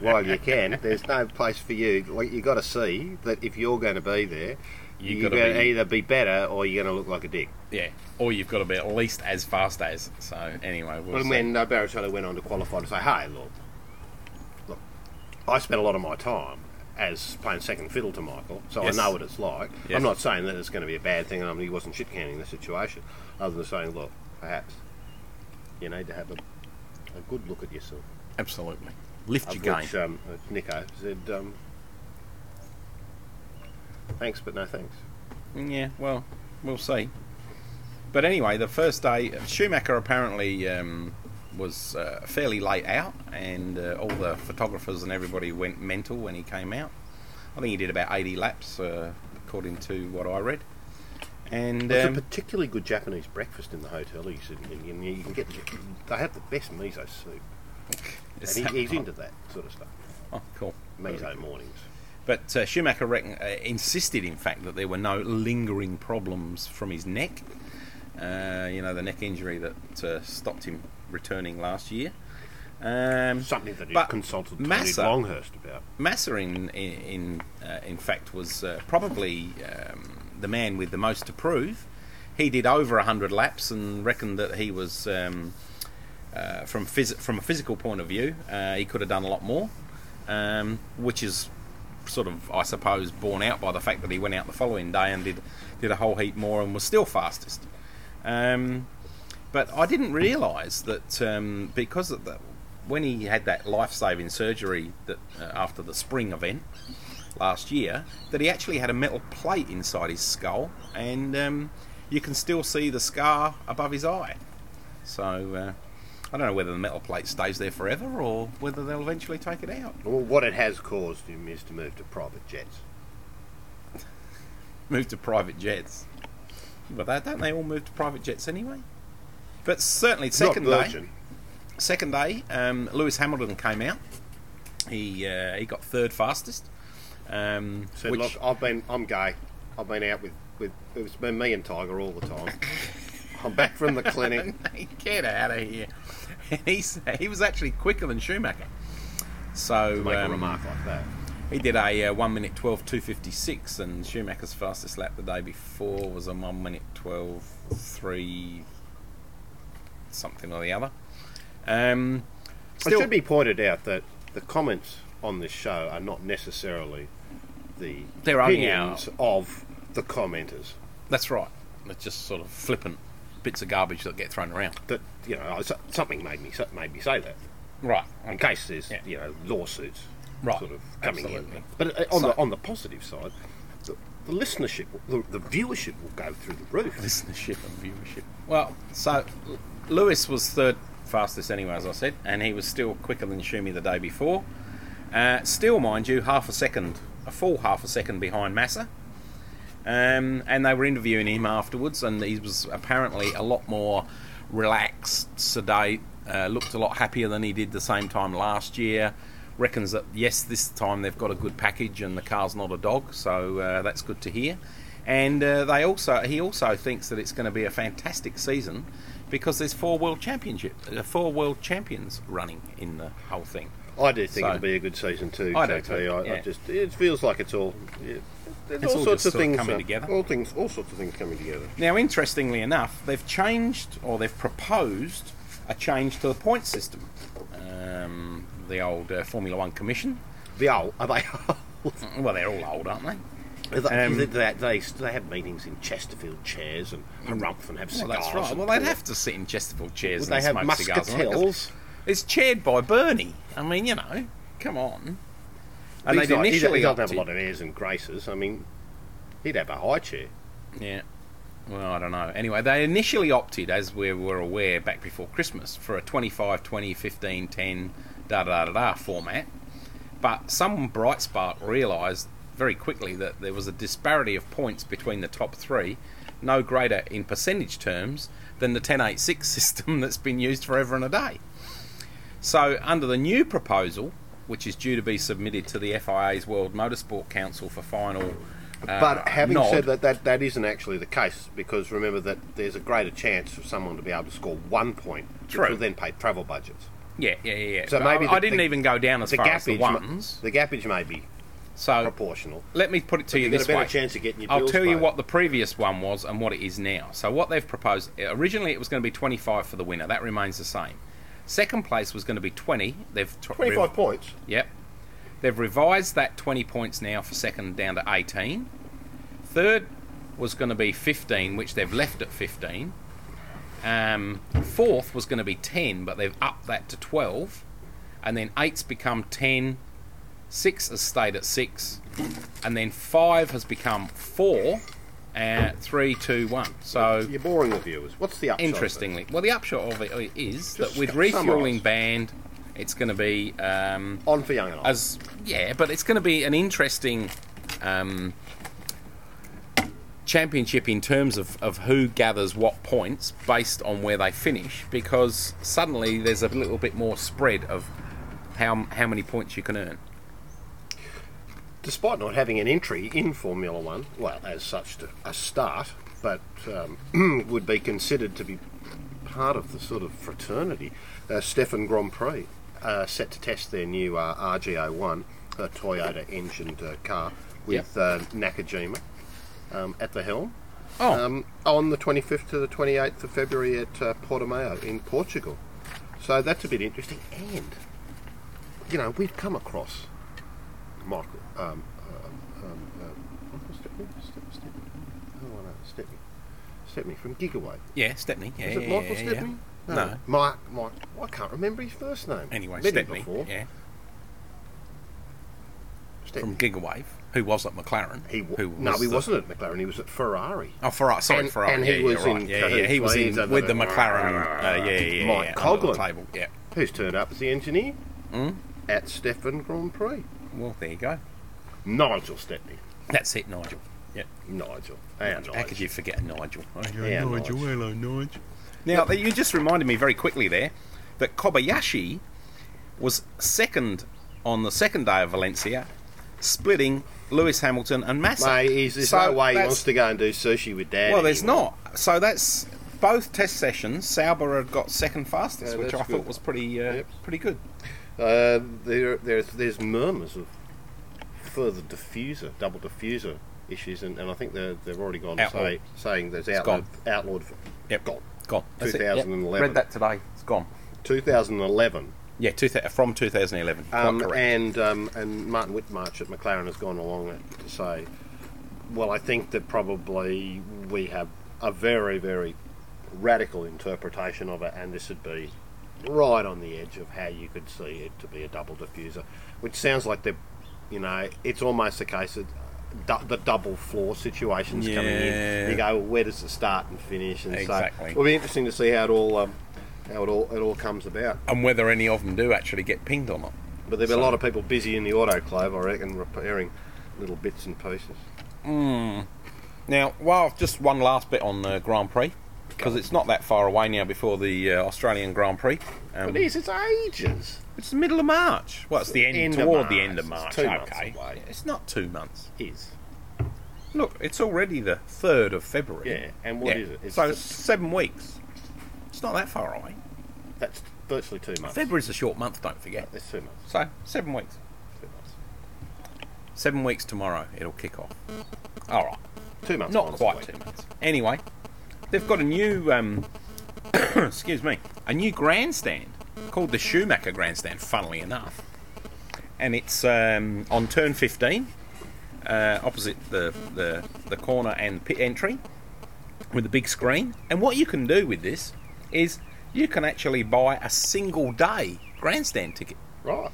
S5: while you can there's no place for you like you got to see that if you're going to be there
S6: You
S5: you're
S6: gotta
S5: going to
S6: be-
S5: either be better or you're going to look like a dick
S6: Yeah, or you've got to be at least as fast as. So anyway, we'll
S5: And
S6: see.
S5: when uh, Barrichello went on to qualify to say, hey, look, look, I spent a lot of my time as playing second fiddle to Michael, so
S6: Yes.
S5: I know what it's like.
S6: Yes.
S5: I'm not saying that it's going to be a bad thing, and I mean, he wasn't shit canning the situation, other than saying, look, perhaps you need to have a, a good look at yourself.
S6: absolutely lift
S5: Of
S6: your game.
S5: which, um, uh, Nico said, um, thanks, but no thanks.
S6: Yeah, well, we'll see. But anyway, the first day, Schumacher apparently um, was uh, fairly late out, and uh, all the photographers and everybody went mental when he came out. I think he did about 80 laps, uh, according to what I read. And
S5: There's
S6: um,
S5: a particularly good Japanese breakfast in the hotel he's in, and you- you can get. They have the best miso soup,
S6: is
S5: and
S6: that
S5: he, he's
S6: right?
S5: into that sort of stuff.
S6: Oh, cool.
S5: Miso mornings.
S6: But uh, Schumacher reckon, uh, insisted, in fact, that there were no lingering problems from his neck. Uh, you know, the neck injury that uh, stopped him returning last year. Um,
S5: Something that he
S6: but
S5: consulted
S6: Massa-
S5: Tony Longhurst about.
S6: Massa, in in in, uh, in fact, was uh, probably um, the man with the most to prove. He did over hundred laps and reckoned that he was um, uh, from phys- from a physical point of view, uh, he could have done a lot more, um, which is sort of, I suppose, borne out by the fact that he went out the following day and did did a whole heap more and was still fastest. Um, but I didn't realise that um, because of the, when he had that life-saving surgery that uh, after the spring event last year, that he actually had a metal plate inside his skull, and um, you can still see the scar above his eye. So uh, I don't know whether the metal plate stays there forever or whether they'll eventually take it out.
S5: Well, what it has caused him is to move to private jets.
S6: move to private jets. Well, they, don't they all move to private jets anyway? But certainly, second day,
S5: Not Virgin.
S6: second day, um, Lewis Hamilton came out. He uh, he got third fastest. Um,
S5: Said,
S6: which-
S5: look, I've been, I'm gay. I've been out with, with, it's been me and Tiger all the time. I'm back from the clinic.
S6: get out of here. And he's, he was actually quicker than Schumacher. So
S5: Make a
S6: um,
S5: remark like that.
S6: He did a uh, 1 minute 12 256, and Schumacher's fastest lap the day before was a 1 minute 12 3 something or the other. Um,
S5: It
S6: still,
S5: should be pointed out that the comments on this show are not necessarily the
S6: They're only our-
S5: opinions of the commenters.
S6: that's right. It's just sort of flippant bits of garbage that get thrown around.
S5: That you know, so- something made me so- made me say that
S6: Right.
S5: in case there's
S6: Yeah.
S5: you know lawsuits
S6: Right,
S5: sort of coming
S6: absolutely.
S5: in. But uh, on
S6: So-
S5: the on the positive side, the, the listenership, the, the viewership will go through the roof.
S6: listenership and viewership. Well, so L- Lewis was third fastest anyway, as I said, and he was still quicker than Schumi the day before. Uh, still, mind you, half a second, a full half a second behind Massa. Um, and they were interviewing him afterwards, and he was apparently a lot more relaxed, sedate, uh, looked a lot happier than he did the same time last year. Reckons that yes, this time they've got a good package, and the car's not a dog, so uh, that's good to hear. And uh, they also, he also thinks that it's going to be a fantastic season because there's four world championship, uh, four world champions running in the whole thing.
S5: I do think
S6: So-
S5: it'll be a good season too.
S6: I do
S5: JT.
S6: too,
S5: I, I
S6: yeah.
S5: just it feels like it's all. Yeah, there's
S6: It's
S5: all,
S6: all
S5: sorts
S6: just
S5: of
S6: sort of
S5: things
S6: coming
S5: uh,
S6: together.
S5: All things, all sorts of things coming together.
S6: Now, interestingly enough, they've changed or they've proposed a change to the point system. Um, the old uh, Formula One Commission.
S5: The old are they?
S6: Well, they're all old, aren't they?
S5: Are they,
S6: Hmm. Um,
S5: they, they, they, they have meetings in Chesterfield chairs and harumph and have
S6: Well,
S5: cigars.
S6: that's right.
S5: and
S6: Well, they'd
S5: talk.
S6: have to sit in Chesterfield chairs
S5: Would
S6: and
S5: they have
S6: smoke cigars. and all that, 'cause
S5: muscatels?
S6: It's chaired by Bernie. I mean, you know, come on. And
S5: He's
S6: they'd
S5: not- he
S6: initially
S5: doesn't have a
S6: opted-
S5: lot of airs and graces. I mean, he'd have a high chair.
S6: Yeah. Well, I don't know. Anyway, they initially opted, as we were aware back before Christmas, for a 25, 20, 15, 10, da da da da format. But some bright spark realised very quickly that there was a disparity of points between the top three, no greater in percentage terms than the 1086 system that's been used forever and a day. So, under the new proposal, which is due to be submitted to the FIA's World Motorsport Council for final. uh,
S5: But having
S6: nod,
S5: said that, that, that isn't actually the case because remember that there's a greater chance for someone to be able to score one point,
S6: True.
S5: which will then pay travel budgets.
S6: Yeah, yeah, yeah. yeah.
S5: So
S6: But
S5: maybe
S6: I,
S5: the-
S6: I didn't
S5: the-
S6: even go down as
S5: the
S6: far as the
S5: gappage ma-
S6: ones. Oh.
S5: the gappage may be
S6: so
S5: proportional.
S6: let me put it to you
S5: You get
S6: this
S5: a better
S6: way.
S5: chance of getting your
S6: I'll
S5: bills
S6: tell you
S5: paid.
S6: what the previous one was and what it is now. So what they've proposed originally it was going to be 25 for the winner. That remains the same. Second place was going to be 20. They've t-
S5: 25
S6: rev-
S5: points.
S6: Yep. They've revised that 20 points now for second down to 18. Third was going to be 15, which they've left at 15. Um, fourth was going to be 10, but they've upped that to 12. And then eight's become 10. Six has stayed at six. And then five has become four. Uh, three, two, one. So
S5: You're boring the viewers. What's the upshot? of it?
S6: interestingly, well, the upshot of it is that
S5: Just
S6: with
S5: summarise.
S6: refueling banned, it's going to be um,
S5: On for Young and I.
S6: as yeah, but it's going to be an interesting um, championship in terms of, of who gathers what points based on where they finish, because suddenly there's a little bit more spread of how how many points you can earn.
S5: Despite not having an entry in Formula One, well, as such, to a start, but um, would be considered to be part of the sort of fraternity, uh, Stefan Grand Prix uh, set to test their new uh, RGO1, a Toyota engined uh, car, with uh, Nakajima um, at the helm.
S6: Oh,
S5: um, on the 25th to the 28th of February at uh, Portimao in Portugal. So that's a bit interesting. And, you know, we've come across Michael. Um, uh, um, uh, Michael Stepney? Step, Stepney? Oh, no, Stepney. Stepney from Gigaway.
S6: yeah, Stepney. Yeah,
S5: Is it
S6: yeah,
S5: Michael
S6: yeah, yeah.
S5: Stepney?
S6: No.
S5: Mike, Mike. I can't remember his first name.
S6: Anyway,
S5: Met him
S6: Stepney.
S5: before.
S6: Yeah,
S5: Stepney.
S6: from Gigawave, who was at McLaren.
S5: He wa-
S6: who
S5: no, he
S6: the-
S5: wasn't at McLaren. He was at Ferrari.
S6: Oh, Ferrari. Sorry,
S5: And-
S6: Ferrari.
S5: and
S6: yeah,
S5: he
S6: yeah,
S5: was
S6: right.
S5: in
S6: yeah, yeah, he was
S5: cahoots
S6: in
S5: over
S6: with the
S5: the-
S6: McLaren. Uh, yeah, yeah, yeah,
S5: Mike
S6: yeah, under the
S5: Coughlin.
S6: table. Yeah.
S5: Who's turned up as the engineer?
S6: Hmm?
S5: At Stefan Grand Prix.
S6: Well, there you go.
S5: Nigel Stepney.
S6: That's it, Nigel. Yeah.
S5: Nigel. Our Nigel.
S6: How could you forget Nigel?
S5: Our Nigel.
S6: Now, you just reminded me very quickly there that Kobayashi was second on the second day of Valencia, splitting Lewis Hamilton and Massa.
S5: Mate, he's, there's
S6: So
S5: no way he
S6: that's-
S5: wants to go and do sushi with Dad.
S6: Well, there's
S5: anymore.
S6: not. So that's both test sessions. Sauber had got second fastest,
S5: Yeah,
S6: which I
S5: that's
S6: thought
S5: good.
S6: was pretty uh,
S5: Yep.
S6: pretty good.
S5: Uh, there, there's, there's murmurs of further diffuser, double diffuser issues, and, and I think they're, they've already gone
S6: Outlawed.
S5: say, saying there's outlawed, outlawed for
S6: Yep.
S5: Gone.
S6: Gone. That's it. Yep.
S5: 2011.
S6: Read that today. It's gone.
S5: 2011.
S6: Yeah, two thou- from 2011. Quite
S5: Um,
S6: correct.
S5: and um, and Martin Whitmarsh at McLaren has gone along to say, well, I think that probably we have a very very radical interpretation of it, and this would be right on the edge of how you could see it to be a double diffuser, which sounds like they're, you know, it's almost a case of. Du- the double floor situations coming
S6: Yeah.
S5: in. You go, well, where does it start and finish? And so
S6: Exactly.
S5: it'll be interesting to see how it all, um, how it all, it all comes about.
S6: and whether any of them do actually get pinged or not.
S5: But there'll be a lot of people busy in the autoclave, I reckon, repairing little bits and pieces.
S6: Now, well, just one last bit on the Grand Prix because it's not that far away now before the uh, Australian Grand Prix. Um,
S5: But it is, it's ages.
S6: It's the middle of March. Well, it's the end,
S5: End of
S6: toward
S5: March.
S6: the end of
S5: It's
S6: March.
S5: two months
S6: okay,
S5: away.
S6: it's not two months.
S5: Is.
S6: Look, it's already the third of February.
S5: Yeah, and what
S6: Yeah.
S5: is it? It's
S6: so
S5: the-
S6: it's seven weeks. It's not that far away.
S5: That's virtually two months.
S6: February's a short month. Don't forget.
S5: That's two months.
S6: So seven weeks.
S5: Two months.
S6: Seven weeks tomorrow. It'll kick off. All right.
S5: Two months.
S6: Not
S5: minus a
S6: quite
S5: week.
S6: two months. Anyway, they've got a new, um, excuse me, a new grandstand called the Schumacher Grandstand. Funnily enough, and it's um, on turn 15, uh, opposite the, the the corner and pit entry, with a big screen. And what you can do with this is you can actually buy a single day grandstand ticket.
S5: Right.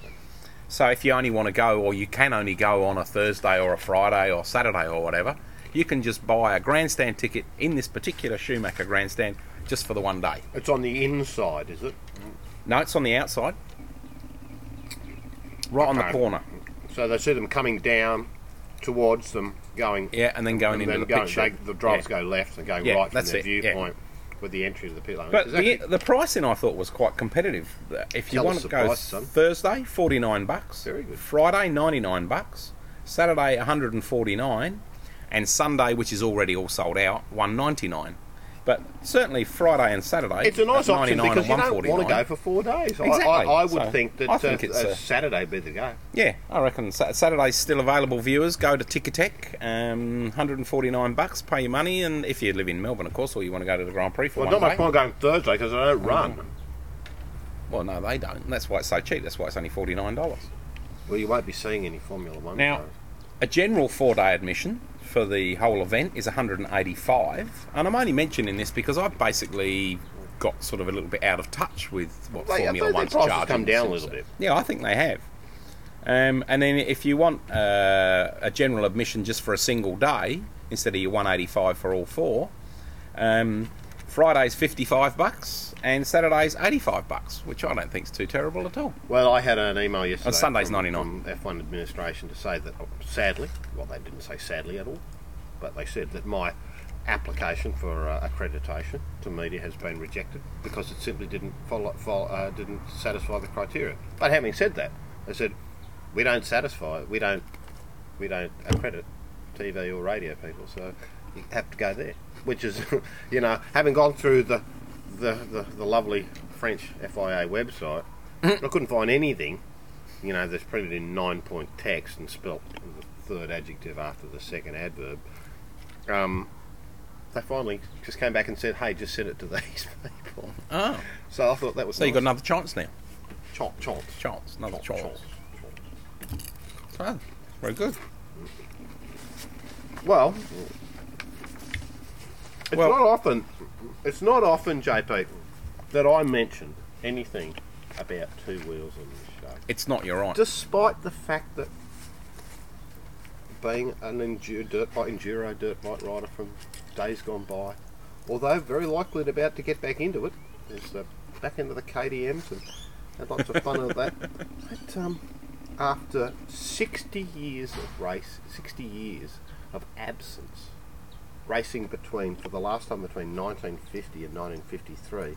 S6: So if you only want to go, or you can only go on a Thursday or a Friday or Saturday or whatever, you can just buy a grandstand ticket in this particular Schumacher grandstand just for the one day.
S5: It's on the inside, is it?
S6: No, it's on the outside, right on the
S5: Okay.
S6: corner.
S5: So they see them coming down towards them, going.
S6: Yeah, and then going
S5: and
S6: into
S5: then
S6: the
S5: going.
S6: picture.
S5: They, the drivers
S6: Yeah.
S5: go left and go
S6: Yeah,
S5: right from
S6: that's
S5: their
S6: it, yeah.
S5: viewpoint with the entry to the pit lane.
S6: But
S5: It's
S6: the,
S5: actually
S6: the pricing I thought was quite competitive. If you
S5: Tell
S6: want
S5: us
S6: to
S5: the
S6: go
S5: price, son.
S6: Thursday, forty nine bucks.
S5: Very good.
S6: Friday, ninety nine bucks. Saturday, one hundred and forty nine, and Sunday, which is already all sold out, one ninety nine. But certainly Friday and Saturday,
S5: It's a nice
S6: at
S5: option
S6: 99
S5: because you
S6: and
S5: don't want to
S6: 149.
S5: go for four days. I, I,
S6: Exactly.
S5: I would
S6: So
S5: think that
S6: I think
S5: uh,
S6: it's
S5: uh,
S6: a-
S5: Saturday would be the go.
S6: Yeah, I reckon Sa- Saturday's still available. Viewers, go to Ticketek, um, one hundred and forty nine bucks. Pay your money, and if you live in Melbourne, of course, or you want to go to the Grand Prix for
S5: Well,
S6: one
S5: not
S6: day.
S5: much point going Thursday because I don't run.
S6: Well, no, they don't. And that's why it's so cheap. That's why it's only forty nine dollars.
S5: Well, you won't be seeing any Formula One.
S6: Now,
S5: cars.
S6: a general four day admission for the whole event is 185 and I'm only mentioning this because I basically got sort of a little bit out of touch with what
S5: They- I
S6: Formula
S5: think their
S6: One's
S5: prices
S6: charging.
S5: come down a
S6: since-
S5: little bit.
S6: Yeah, I think they have. Um, and then if you want uh, a general admission just for a single day, instead of your 185 for all four. Um, Friday's 55 bucks and Saturday's 85 bucks, which I don't think is too terrible at all.
S5: Well, I had an email yesterday.
S6: On Sundays,
S5: from-
S6: 99.
S5: From F1 administration to say that, sadly, well, they didn't say sadly at all, but they said that my application for uh, accreditation to media has been rejected because it simply didn't follow, follow uh, didn't satisfy the criteria. But having said that, they said we don't satisfy, we don't, we don't accredit TV or radio people, so you have to go there. Which is, you know, having gone through the the, the, the lovely French FIA website, I couldn't find anything you know, that's printed in nine point text and spelt with the third adjective after the second adverb. Um, they finally just came back and said, "Hey, just send it to these people."
S6: Oh.
S5: So I thought that was
S6: So you've got
S5: nice.
S6: another chance now.
S5: chomp chomp
S6: Chance, another
S5: chomp,
S6: chance.
S5: chomp,
S6: Oh, very good.
S5: chomp. Well, it's
S6: Well-
S5: not often. It's not often, JP, that I mention anything about two wheels on this show.
S6: It's not your right.
S5: despite the fact that being an enduro dirt bike, enduro dirt bike rider from days gone by, although very likely about to get back into it, is uh, back into the KDMs and had lots of fun of that. But um, after 60 years of race, 60 years of absence, racing between for the last time between 1950 and 1953,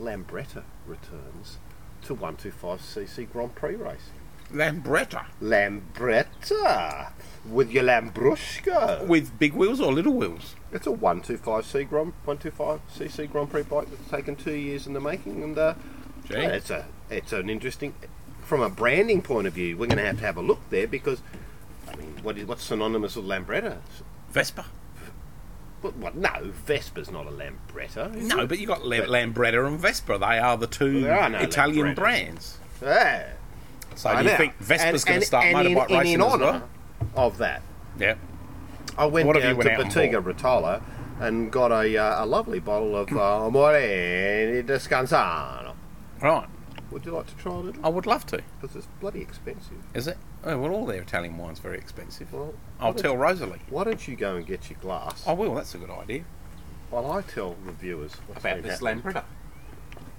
S5: Lambretta returns to 125cc Grand Prix race.
S6: Lambretta.
S5: Lambretta with your Lambrusca.
S6: With big wheels or little wheels?
S5: It's a 125cc Grand, 125cc Grand Prix bike that's taken two years in the making, and uh,
S6: Gee.
S5: yeah, it's a it's an interesting from a branding point of view. We're going to have to have a look there because I mean, what is what's synonymous with Lambretta?
S6: Vespa.
S5: What, what, no, Vespa's not a Lambretta. is
S6: No,
S5: it?
S6: but you've got Lam- Lambretta and Vespa. They are the two
S5: There are no
S6: Italian
S5: Lambrettas.
S6: brands.
S5: Yeah.
S6: So
S5: I
S6: you
S5: know.
S6: think Vespa's
S5: And-
S6: going
S5: and-
S6: to start
S5: and in-
S6: motorbike
S5: in-
S6: racing
S5: in
S6: as well?
S5: honour of that?
S6: Yeah.
S5: I went
S6: What have
S5: down
S6: you
S5: to
S6: went out and
S5: Bottega Rotolo and got a, uh, a lovely bottle of uh, Amore di Descansano.
S6: Right.
S5: Would you like to try a little?
S6: I would love to.
S5: Because it's bloody expensive.
S6: Is it? Oh, well, all their Italian wine's very expensive.
S5: Well,
S6: I'll
S5: why
S6: tell
S5: Don't,
S6: Rosalie.
S5: why don't you go and get your glass
S6: I will. That's a good idea.
S5: while I tell reviewers what's been happening?
S6: Lambretta.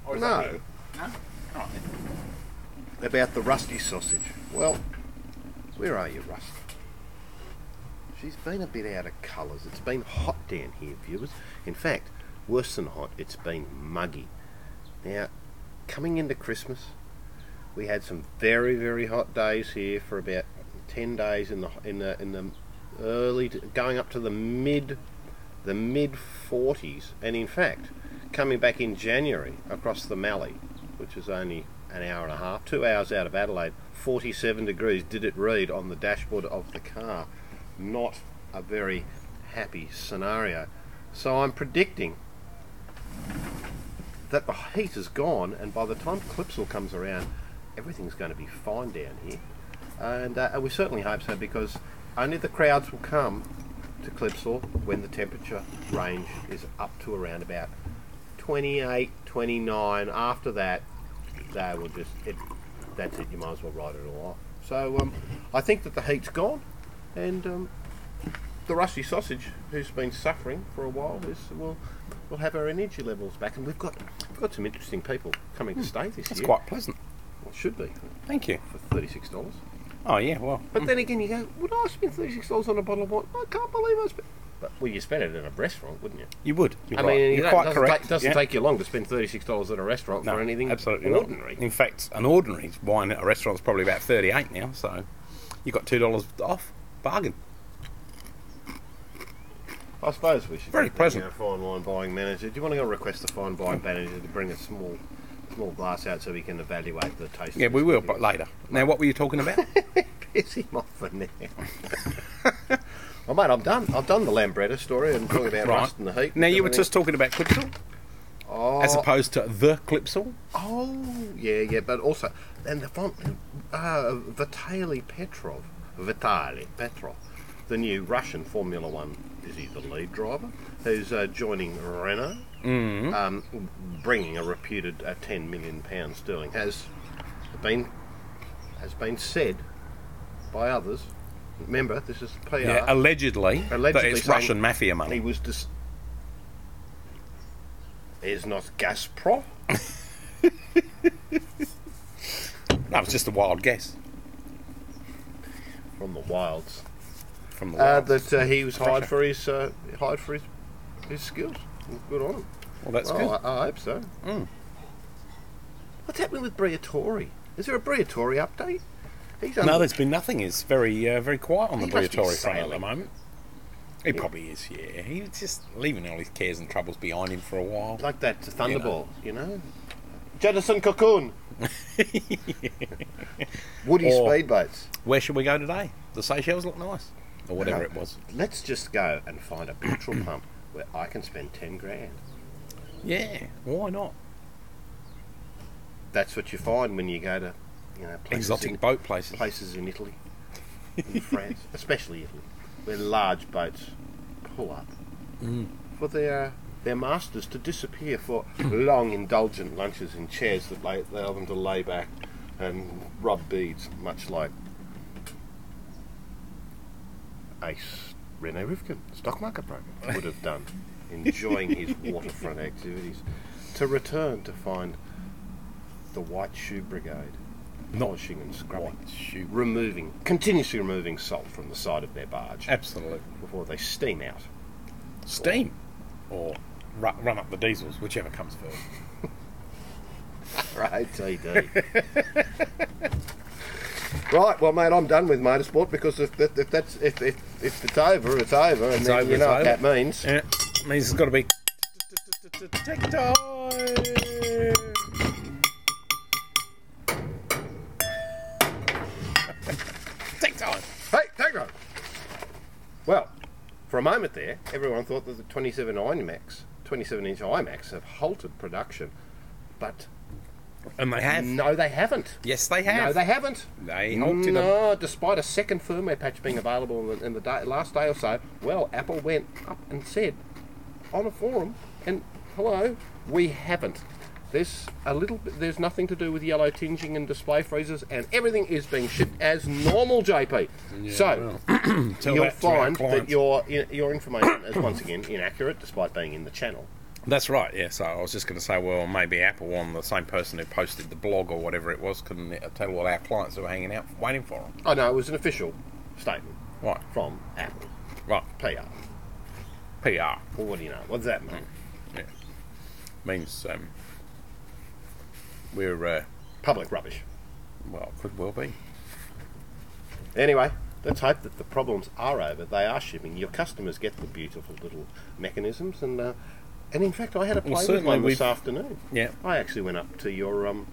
S5: No,
S6: No. Right. then.
S5: about the rusty sausage. Well, where are you, Rusty? She's been a bit out of colours. It's been hot down here, viewers. In fact, worse than hot, it's been muggy. Now, coming into Christmas, we had some very, very hot days here for about ten days in the in the in the early going up to the mid the mid 40s, and in fact, coming back in January across the Mallee, which is only an hour and a half, two hours out of Adelaide, 47 degrees did it read on the dashboard of the car. Not a very happy scenario. So I'm predicting that the heat is gone, and by the time Clipsal comes around, everything's going to be fine down here. And uh, we certainly hope so because only the crowds will come to Clipsal when the temperature range is up to around about 28, 29. After that, they will just, it, that's it, you might as well ride it all off. So um, I think that the heat's gone, and um, the rusty sausage, who's been suffering for a while, is will will have our energy levels back, and we've got we've got some interesting people coming to stay this
S6: Hmm, That's
S5: year.
S6: quite pleasant.
S5: well, should be
S6: Thank you.
S5: for thirty six dollars.
S6: Oh yeah. Well.
S5: But then again, you go, would I spend thirty six dollars on a bottle of wine? I can't believe I spent. But well, you spend it at a restaurant, wouldn't you?
S6: You would. You're
S5: I
S6: right.
S5: mean,
S6: you're
S5: it
S6: quite
S5: doesn't,
S6: correct.
S5: take, doesn't
S6: yeah.
S5: take you long to spend thirty six dollars at a restaurant for anything
S6: absolutely not.
S5: ordinary.
S6: In fact, an ordinary wine at a restaurant's probably about thirty-eight now. So you got two dollars off. Bargain.
S5: I suppose we should.
S6: Very
S5: get the,
S6: pleasant.
S5: you know, fine wine buying manager. Do you want to go request the fine wine manager to bring a small small glass out so we can evaluate the taste?
S6: Yeah,
S5: of
S6: we
S5: this
S6: will,
S5: particular-
S6: but later. Now, what were you talking about?
S5: piss him off for now. well, mate, I'm done. I've done the Lambretta story and talking about rust and the heat.
S6: Now,
S5: and
S6: you were
S5: everything.
S6: just talking about Clipsal
S5: oh,
S6: as opposed to the Clipsal.
S5: oh, yeah, yeah, but also and the font, uh, Vitaly Petrov, Vitaly Petrov, the new Russian Formula One. Is he the lead driver? Who's uh, joining Renault?
S6: Mm-hmm.
S5: Um, bringing a reputed uh, ten million pound sterling has been has been said by others Remember, this is PR.
S6: Yeah, allegedly,
S5: Allegedly
S6: that it's
S5: saying
S6: Russian mafia money.
S5: He was dis- Is not Gazprom?
S6: That was just a wild guess
S5: From the wilds.
S6: from the.
S5: Uh,
S6: wild.
S5: that uh, he was hired
S6: Russia.
S5: for his uh, hired for his, his skills. Well, Good on him.
S6: well, that's
S5: well,
S6: good. Mm.
S5: I, I hope so. What's happening with Briatore? Is there a Briatore update? He's
S6: no,
S5: under-
S6: there's been nothing. It's very, uh, very quiet on the
S5: He must be
S6: Briatore front at the
S5: sailing.
S6: moment. He probably is. Yeah, he's just leaving all his cares and troubles behind him for a while.
S5: like that Thunderball, you know. Jettison Cocoon. Woody
S6: Or-
S5: speedboats.
S6: Where should we go today? The Seychelles look nice, or whatever it was.
S5: Let's just go and find a petrol pump where I can spend ten grand.
S6: Yeah, why not?
S5: That's what you find when you go to, you know, places
S6: Exotic
S5: in,
S6: boat places.
S5: places in Italy, in France, especially Italy, where large boats pull up for their their masters to disappear for long indulgent lunches in chairs that lay, allow them to lay back and rub beads, much like Ace Rene Rivkin, stock market broker, would have done, enjoying his waterfront activities, to return to find the White Shoe Brigade polishing and scrubbing,
S6: shoe.
S5: removing, continuously removing salt from the side of their barge
S6: Absolutely.
S5: before they steam out.
S6: Steam, or ru- run up the diesels, whichever comes first.
S5: Right, TD. right, well, mate, I'm done with motorsport because if, that- if that's if, if, if it's over, it's over, and
S6: It's
S5: then
S6: over,
S5: you
S6: it's
S5: know what
S6: over.
S5: that means.
S6: Yeah, means it's got to be. Tech time. Tech time.
S5: Hey, take on. Well, for a moment there, everyone thought that the 27 IMAX, 27-inch IMAX, have halted production, but
S6: And they have.
S5: no, they haven't.
S6: Yes, they have.
S5: No, they haven't.
S6: They halted them.
S5: No, despite a second firmware patch being available in the, in the day, last day or so, well, Apple went up and said on a forum, and hello, we haven't. There's a little bit, there's nothing to do with yellow tinging and display freezes, and everything is being shipped as normal, JP. so,
S6: Tell
S5: you'll
S6: that to our
S5: find that
S6: clients.
S5: your, your information is once again inaccurate despite being in the channel.
S6: That's right. Yeah. So I was just going to say, well, maybe Apple on the same person who posted the blog or whatever it was can uh, tell all our clients who are hanging out waiting for them.
S5: Oh no, it was an official statement
S6: Right.
S5: from Apple.
S6: Right.
S5: PR.
S6: PR
S5: Well, what do you know? What does that mean?
S6: means um, we're uh,
S5: Public rubbish.
S6: well could well be.
S5: Anyway, let's hope that the problems are over. They are shipping. Your customers get the beautiful little mechanisms, and uh, and in fact, I had a play
S6: Well,
S5: with
S6: certainly
S5: one this
S6: we've-
S5: afternoon.
S6: Yeah.
S5: I actually went up to your um,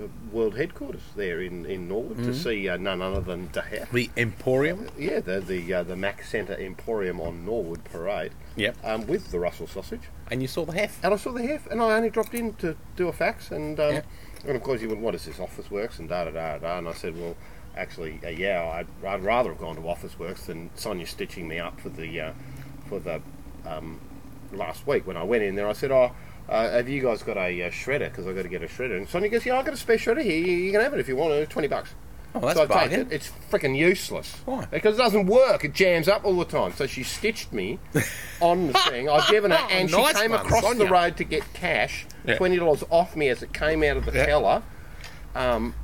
S5: uh, world headquarters there in in Norwood
S6: Mm-hmm.
S5: to see uh, none other than Dahat.
S6: The Emporium.
S5: Yeah, the the uh, the Mac Centre Emporium on Norwood Parade.
S6: Yep.
S5: Um, with the Russell sausage,
S6: And you saw the hef.
S5: and I saw the hef, and I only dropped in to do a fax, and um,
S6: Yeah.
S5: and of course you went, "What is this? Office Works?" and da da da da, and I said, "Well, actually, uh, yeah, I'd, I'd rather have gone to Office Works than Sonia stitching me up for the uh, for the um, last week." When I went in there, I said, "Oh." Uh, have you guys got a uh, shredder? Because I've got to get a shredder. And Sonia goes, "Yeah, I've got a spare shredder here. You, you can have it if you want. uh, Twenty bucks."
S6: Oh, that's
S5: so I
S6: bargain.
S5: take it. It's freaking useless.
S6: Why?
S5: Because it doesn't work. It jams up all the time. So she stitched me on the thing. I've given her, and
S6: Nice
S5: she came
S6: one,
S5: across the
S6: Sonia.
S5: road to get cash,
S6: Yeah.
S5: twenty dollars off me as it came out of the
S6: Yeah.
S5: teller. Um,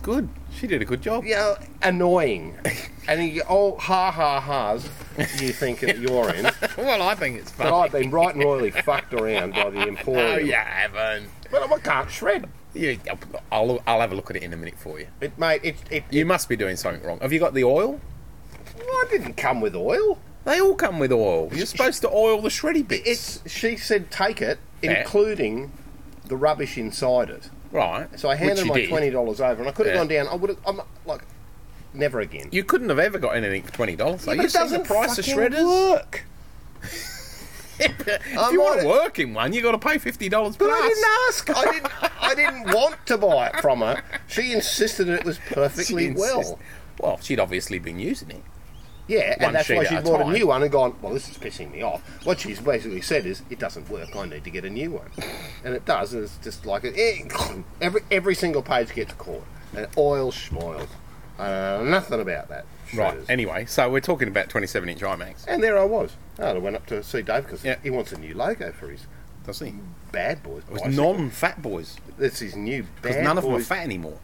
S6: Good. She did a good job.
S5: you know, annoying. and you all ha ha ha's. You think at your end,
S6: Well, I think it's
S5: but
S6: fun.
S5: I've been right and royally fucked around by the emporium.
S6: you haven't.
S5: But I can't shred
S6: You, I'll, I'll have a look at it in a minute for you.
S5: it, mate. It, it,
S6: You must be doing something wrong. Have you got the oil?
S5: well, it didn't come with oil.
S6: They all come with oil. You're supposed to oil the shreddy bits.
S5: It's she said take it,
S6: Yeah.
S5: including the rubbish inside it.
S6: right.
S5: So I
S6: which
S5: handed
S6: you
S5: my
S6: did.
S5: twenty dollars over, and I could have
S6: Yeah.
S5: gone down. I would have. I'm like, never again.
S6: You couldn't have ever got anything for twenty dollars.
S5: Yeah,
S6: Are
S5: but
S6: you
S5: it
S6: seen the
S5: doesn't
S6: price of
S5: fucking
S6: shredders?
S5: work.
S6: if
S5: I
S6: you want
S5: might-
S6: to work in one, you got to pay fifty dollars
S5: But
S6: plus.
S5: I didn't ask. I didn't. I didn't want to buy it from her. She insisted it was
S6: She
S5: perfectly well.
S6: insist- Well, she'd obviously been using it.
S5: Yeah,
S6: One
S5: and that's
S6: sheet
S5: why
S6: at
S5: she
S6: a
S5: bought
S6: time.
S5: a new one and gone. Well, this is pissing me off. What she's basically said is, it doesn't work. I need to get a new one, and it does. And it's just like it, every every single page gets caught. And oil schmoil. I know Uh, nothing about that.
S6: Right.
S5: Shredders.
S6: Anyway, so we're talking about 27 inch IMAX.
S5: And there I was. Oh, I went up to see Dave because
S6: Yeah.
S5: he wants a new logo for his
S6: Does he? It
S5: bad boys.
S6: was
S5: bicycle.
S6: non fat boys
S5: That's his new
S6: because
S5: bad
S6: none of them are
S5: boys.
S6: fat anymore.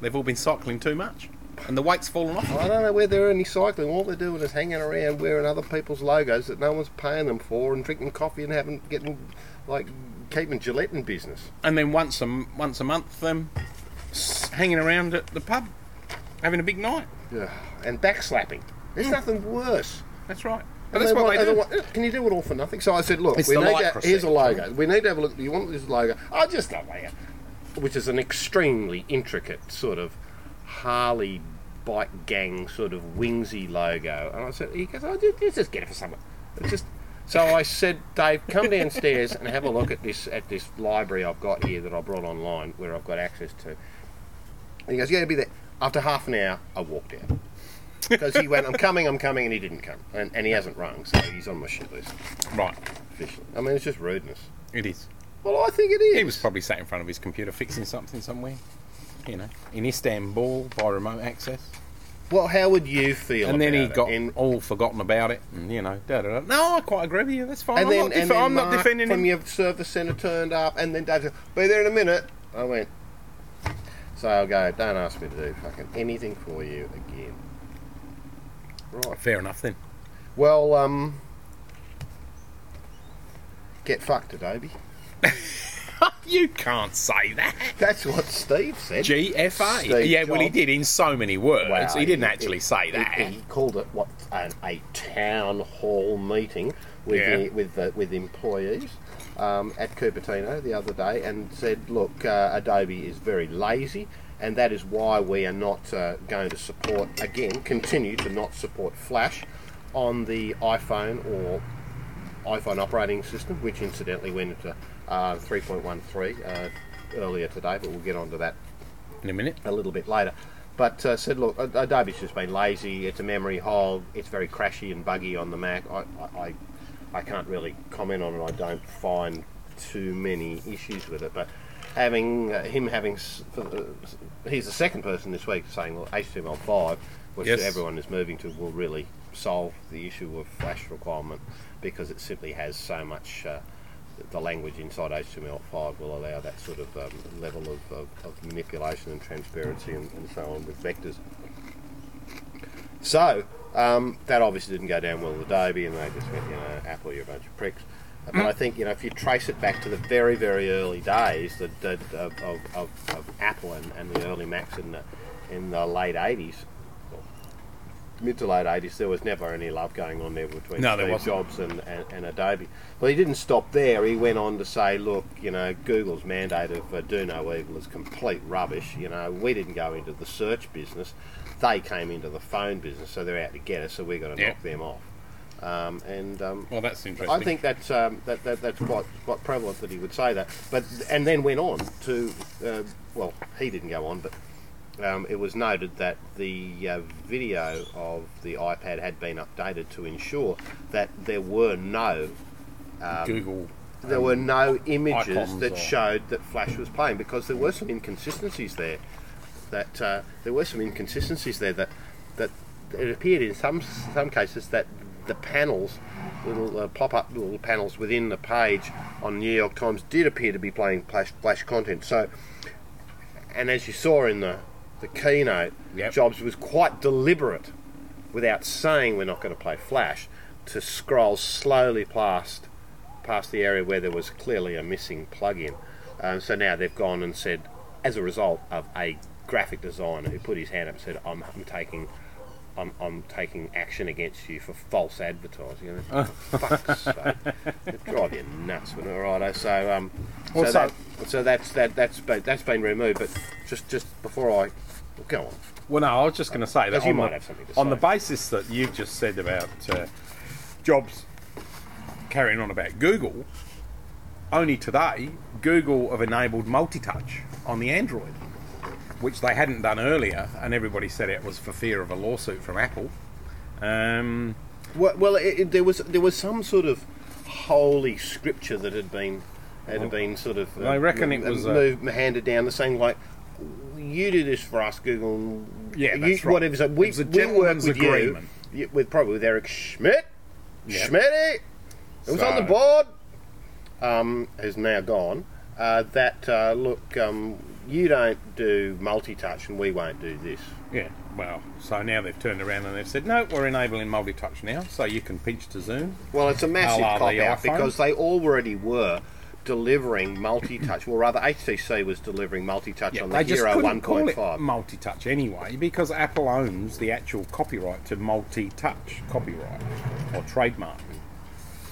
S6: They've all been cycling too much, and the weight's fallen off.
S5: I don't know where they're any cycling. All they're doing is hanging around wearing other people's logos that no one's paying them for, and drinking coffee and having getting like keeping Gillette in business.
S6: and then once a m- once a month, um, s- hanging around at the pub, having a big night.
S5: Yeah. And backslapping. There's nothing worse.
S6: That's right. Hmm. But
S5: And
S6: that's
S5: they
S6: what
S5: want-
S6: they do.
S5: and they want- Can you do it all for nothing? So I said, look,
S6: It's
S5: we
S6: the
S5: need
S6: light
S5: to, here's a
S6: crusade.
S5: logo. We need to have a look. Do you want this logo? I just love it. Which is an extremely intricate sort of Harley bike gang sort of wingsy logo. And I said, he goes, oh, just, just get it for someone. It's just. So I said, Dave, come downstairs and have a look at this at this library I've got here that I brought online, where I've got access to. And he goes, yeah, it'll be there. After half an hour, I walked out because he went, I'm coming, I'm coming, and he didn't come. And, and he hasn't rung, so he's on my shit list
S6: Right.
S5: officially. I mean, it's just rudeness.
S6: It is.
S5: Well, I think it is.
S6: He was probably sat in front of his computer fixing something somewhere. You know, in Istanbul by remote access.
S5: Well, how would you feel?
S6: and then he
S5: about it?
S6: got
S5: And,
S6: all forgotten about it, and you know, da da da. No, I quite agree with you. That's fine.
S5: and
S6: I'm,
S5: then,
S6: not,
S5: and
S6: def-
S5: then
S6: I'm not
S5: Mark
S6: defending
S5: from
S6: him.
S5: your service centre turned up, and then Dave said, "Be there in a minute." I went. So I'll go. Don't ask me to do fucking anything for you again. Right.
S6: Fair enough then.
S5: Well, um, get fucked, Adobe.
S6: You can't say that.
S5: That's what Steve said.
S6: GFA.
S5: Steve
S6: yeah, well, he
S5: Jobs.
S6: did in so many words.
S5: Wow,
S6: he didn't
S5: he-
S6: actually say that.
S5: He, he called it what an, a town hall meeting with
S6: Yeah.
S5: the, with the, with employees um, at Cupertino the other day, and said, "Look, uh, Adobe is very lazy, and that is why we are not uh, going to support again, continue to not support Flash on the iPhone or iPhone operating system, which incidentally went into uh, 3.13 uh, earlier today, but we'll get onto that
S6: in a minute.
S5: a little bit later. But uh, said, look, Ad- Adobe's just been lazy. It's a memory hog. It's very crashy and buggy on the Mac. I, I, I, I can't really comment on it. I don't find too many issues with it. But having uh, him having, s- for the- s- he's the second person this week saying, well, HTML5, which
S6: Yes.
S5: everyone is moving to, will really solve the issue of Flash requirement because it simply has so much. Uh, the language inside HTML5 will allow that sort of um, level of, of, of manipulation and transparency and, and so on with vectors. So um, that obviously didn't go down well with Adobe, and they just went, you know, Apple, you're a bunch of pricks. But
S6: Mm.
S5: I think you know if you trace it back to the very, very early days that, that of, of, of, of Apple and, and the early Macs in the in the late '80s, well, mid to late '80s, there was never any love going on there between
S6: No, there
S5: Steve
S6: wasn't.
S5: Jobs and, and, and Adobe. Well, he didn't stop there. He went on to say, look, you know, Google's mandate of uh, do no evil is complete rubbish. You know, we didn't go into the search business. They came into the phone business, so they're out to get us, so we've got to
S6: Yeah.
S5: knock them off. Um, and um,
S6: Well, that's interesting.
S5: I think that's um, that, that that's quite quite prevalent that he would say that. But and then went on to uh, well, he didn't go on, but um, it was noted that the uh, video of the iPad had been updated to ensure that there were no um,
S6: Google.
S5: there were no images
S6: icons
S5: that
S6: or-
S5: showed that Flash was playing because there were some inconsistencies there. That uh, there were some inconsistencies there that that it appeared in some some cases that the panels, little uh, pop up little panels within the page on the New York Times did appear to be playing Flash, Flash content. So, and as you saw in the the keynote,
S6: Yep.
S5: Jobs was quite deliberate, without saying we're not going to play Flash, to scroll slowly past past the area where there was clearly a missing plug-in. Um, so now they've gone and said, as a result of a graphic designer who put his hand up and said, "I'm, I'm taking." I'm, I'm taking action against you for false advertising. I mean, for fuck's sake. It'd drive you nuts, wouldn't it? Righto. So, um, so,
S6: Also-
S5: that, so that's that that's been, that's been removed. But just just before I well, go on,
S6: Well, no, I was just going to say that
S5: Because
S6: on,
S5: you
S6: the,
S5: might have something to
S6: on
S5: say.
S6: the basis that you've just said about uh, Jobs carrying on about Google, only today Google have enabled multi-touch on the Android, which they hadn't done earlier, and everybody said it was for fear of a lawsuit from Apple. Um,
S5: Well, well it, it- there was there was some sort of holy scripture that had been had been sort of. um,
S6: I reckon it was, uh,
S5: moved, handed down the saying like, you do this for us, Google.
S7: Yeah,
S5: you,
S7: that's right.
S5: Whatever. So we,
S7: It was a
S5: we work
S7: gentleman's
S5: with you,
S7: agreement.
S5: you- with probably with Eric Schmidt.
S7: Yep.
S5: Schmitty, who was on the
S7: So-
S5: board, um, who's now gone. Uh, that uh, look, um, you don't do multi-touch, and we won't do this.
S6: Yeah, well, so now they've turned around and they've said, no, we're enabling multi touch now, so you can pinch to zoom.
S5: Well, it's a massive
S6: la
S5: cop
S6: the
S5: out
S6: iPhone.
S5: because they already were delivering multi-touch. well, rather, HTC was delivering multi-touch on the
S6: they just
S5: Hero
S6: couldn't call it
S5: 1.5.
S6: multi touch anyway because Apple owns the actual copyright to multi touch copyright or trademark.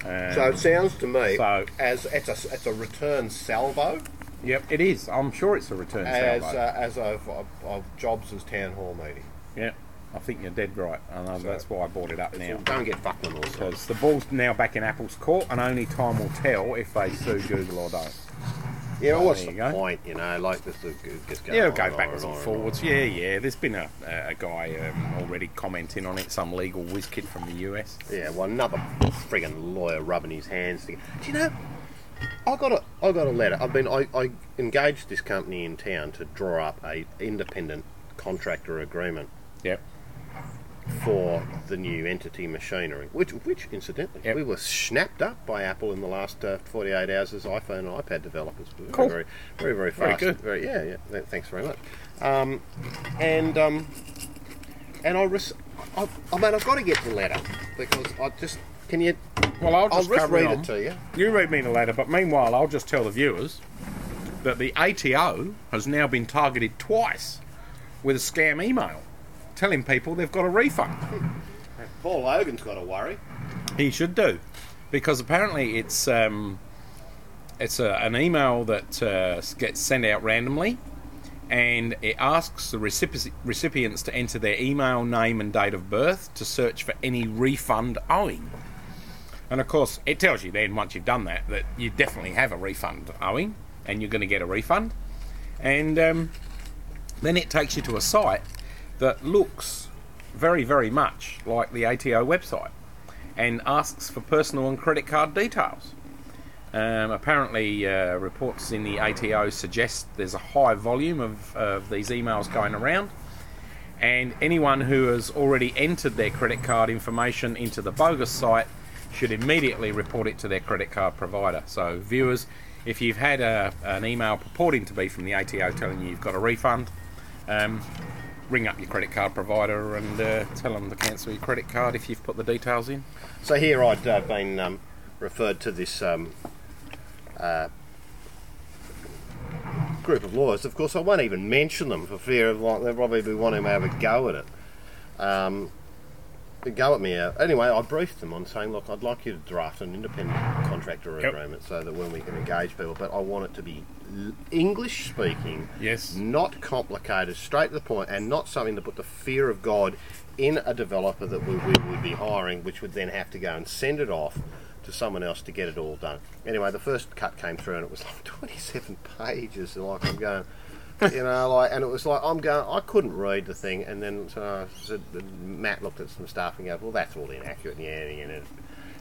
S6: Um,
S5: So it sounds to me
S6: So-
S5: as it's a, it's a return salvo
S6: Yep, it is. I'm sure it's a return
S5: as
S6: salvo.
S5: uh, as of, of, of Jobs' town hall meeting.
S6: yeah, I think you're dead right. I know that's why I brought it up now.
S5: Don't get fucked with all this.
S6: Because the ball's now back in Apple's court, and only time will tell if they sue Google or don't.
S5: Yeah, well, what's
S6: there
S5: the
S6: you go.
S5: point? You know, like this is just going
S6: yeah,
S5: on
S6: it'll go
S5: on
S6: backwards and
S5: on
S6: forwards. Yeah, yeah. There's been a, a guy um, already commenting on it, some legal whiz kid from the US.
S5: on. Yeah, well, another friggin' lawyer rubbing his hands together. Do you know? I got a I got a letter. I've been I, I engaged this company in town to draw up a independent contractor agreement
S6: Yep.
S5: for the new entity machinery, which which incidentally
S6: Yep.
S5: we were snapped up by Apple in the last uh, 48 hours as iPhone and iPad developers. We were
S6: Cool.
S5: Very, very, very
S6: Very
S5: fast.
S6: good.
S5: yeah, yeah. th- Thanks very much. Um, and um, and I, res- I, I mean, I've got to get the letter because I just can you?
S6: Well, I'll
S5: I'll
S6: just
S5: just
S6: carry
S5: read
S6: on.
S5: it to you.
S6: You read me the letter, but meanwhile, I'll just tell the viewers that the ATO has now been targeted twice with a scam email telling people they've got a refund.
S5: Paul Logan's got to worry.
S6: He should do, because apparently it's um, it's a, an email that uh, gets sent out randomly, and it asks the recipient, recipients to enter their email, name, and date of birth to search for any refund owing. And of course, it tells you then once you've done that that you definitely have a refund owing, and you're going to get a refund. And um, then it takes you to a site that looks very, very much like the ATO website and asks for personal and credit card details. Um, apparently, uh, reports in the ATO suggest there's a high volume of, of these emails going around, and anyone who has already entered their credit card information into the bogus site should immediately report it to their credit card provider. So, viewers, if you've had a, an email purporting to be from the ATO telling you you've got a refund, um, ring up your credit card provider and uh, tell them to cancel your credit card if you've put the details in.
S5: So here I'd uh, been um, referred to this um, uh, group of lawyers. Of course, I won't even mention them for fear of like they'll probably be wanting to have a go at it. Um, a go at me. Uh, anyway, I briefed them on saying, look, I'd like you to draft an independent contractor
S6: Yep.
S5: agreement so that when we can engage people, but I want it to be l- English speaking.
S6: Yes.
S5: Not complicated, straight to the point, and not something to put the fear of God in a developer that we, we would be hiring, which would then have to go and send it off to someone else to get it all done. Anyway, the first cut came through and it was like 27 pages, and like I'm going, you know, like, and it was like I'm going, I couldn't read the thing, and then so I said, Matt looked at some stuff and goes, well, that's all inaccurate, and yeah, and it,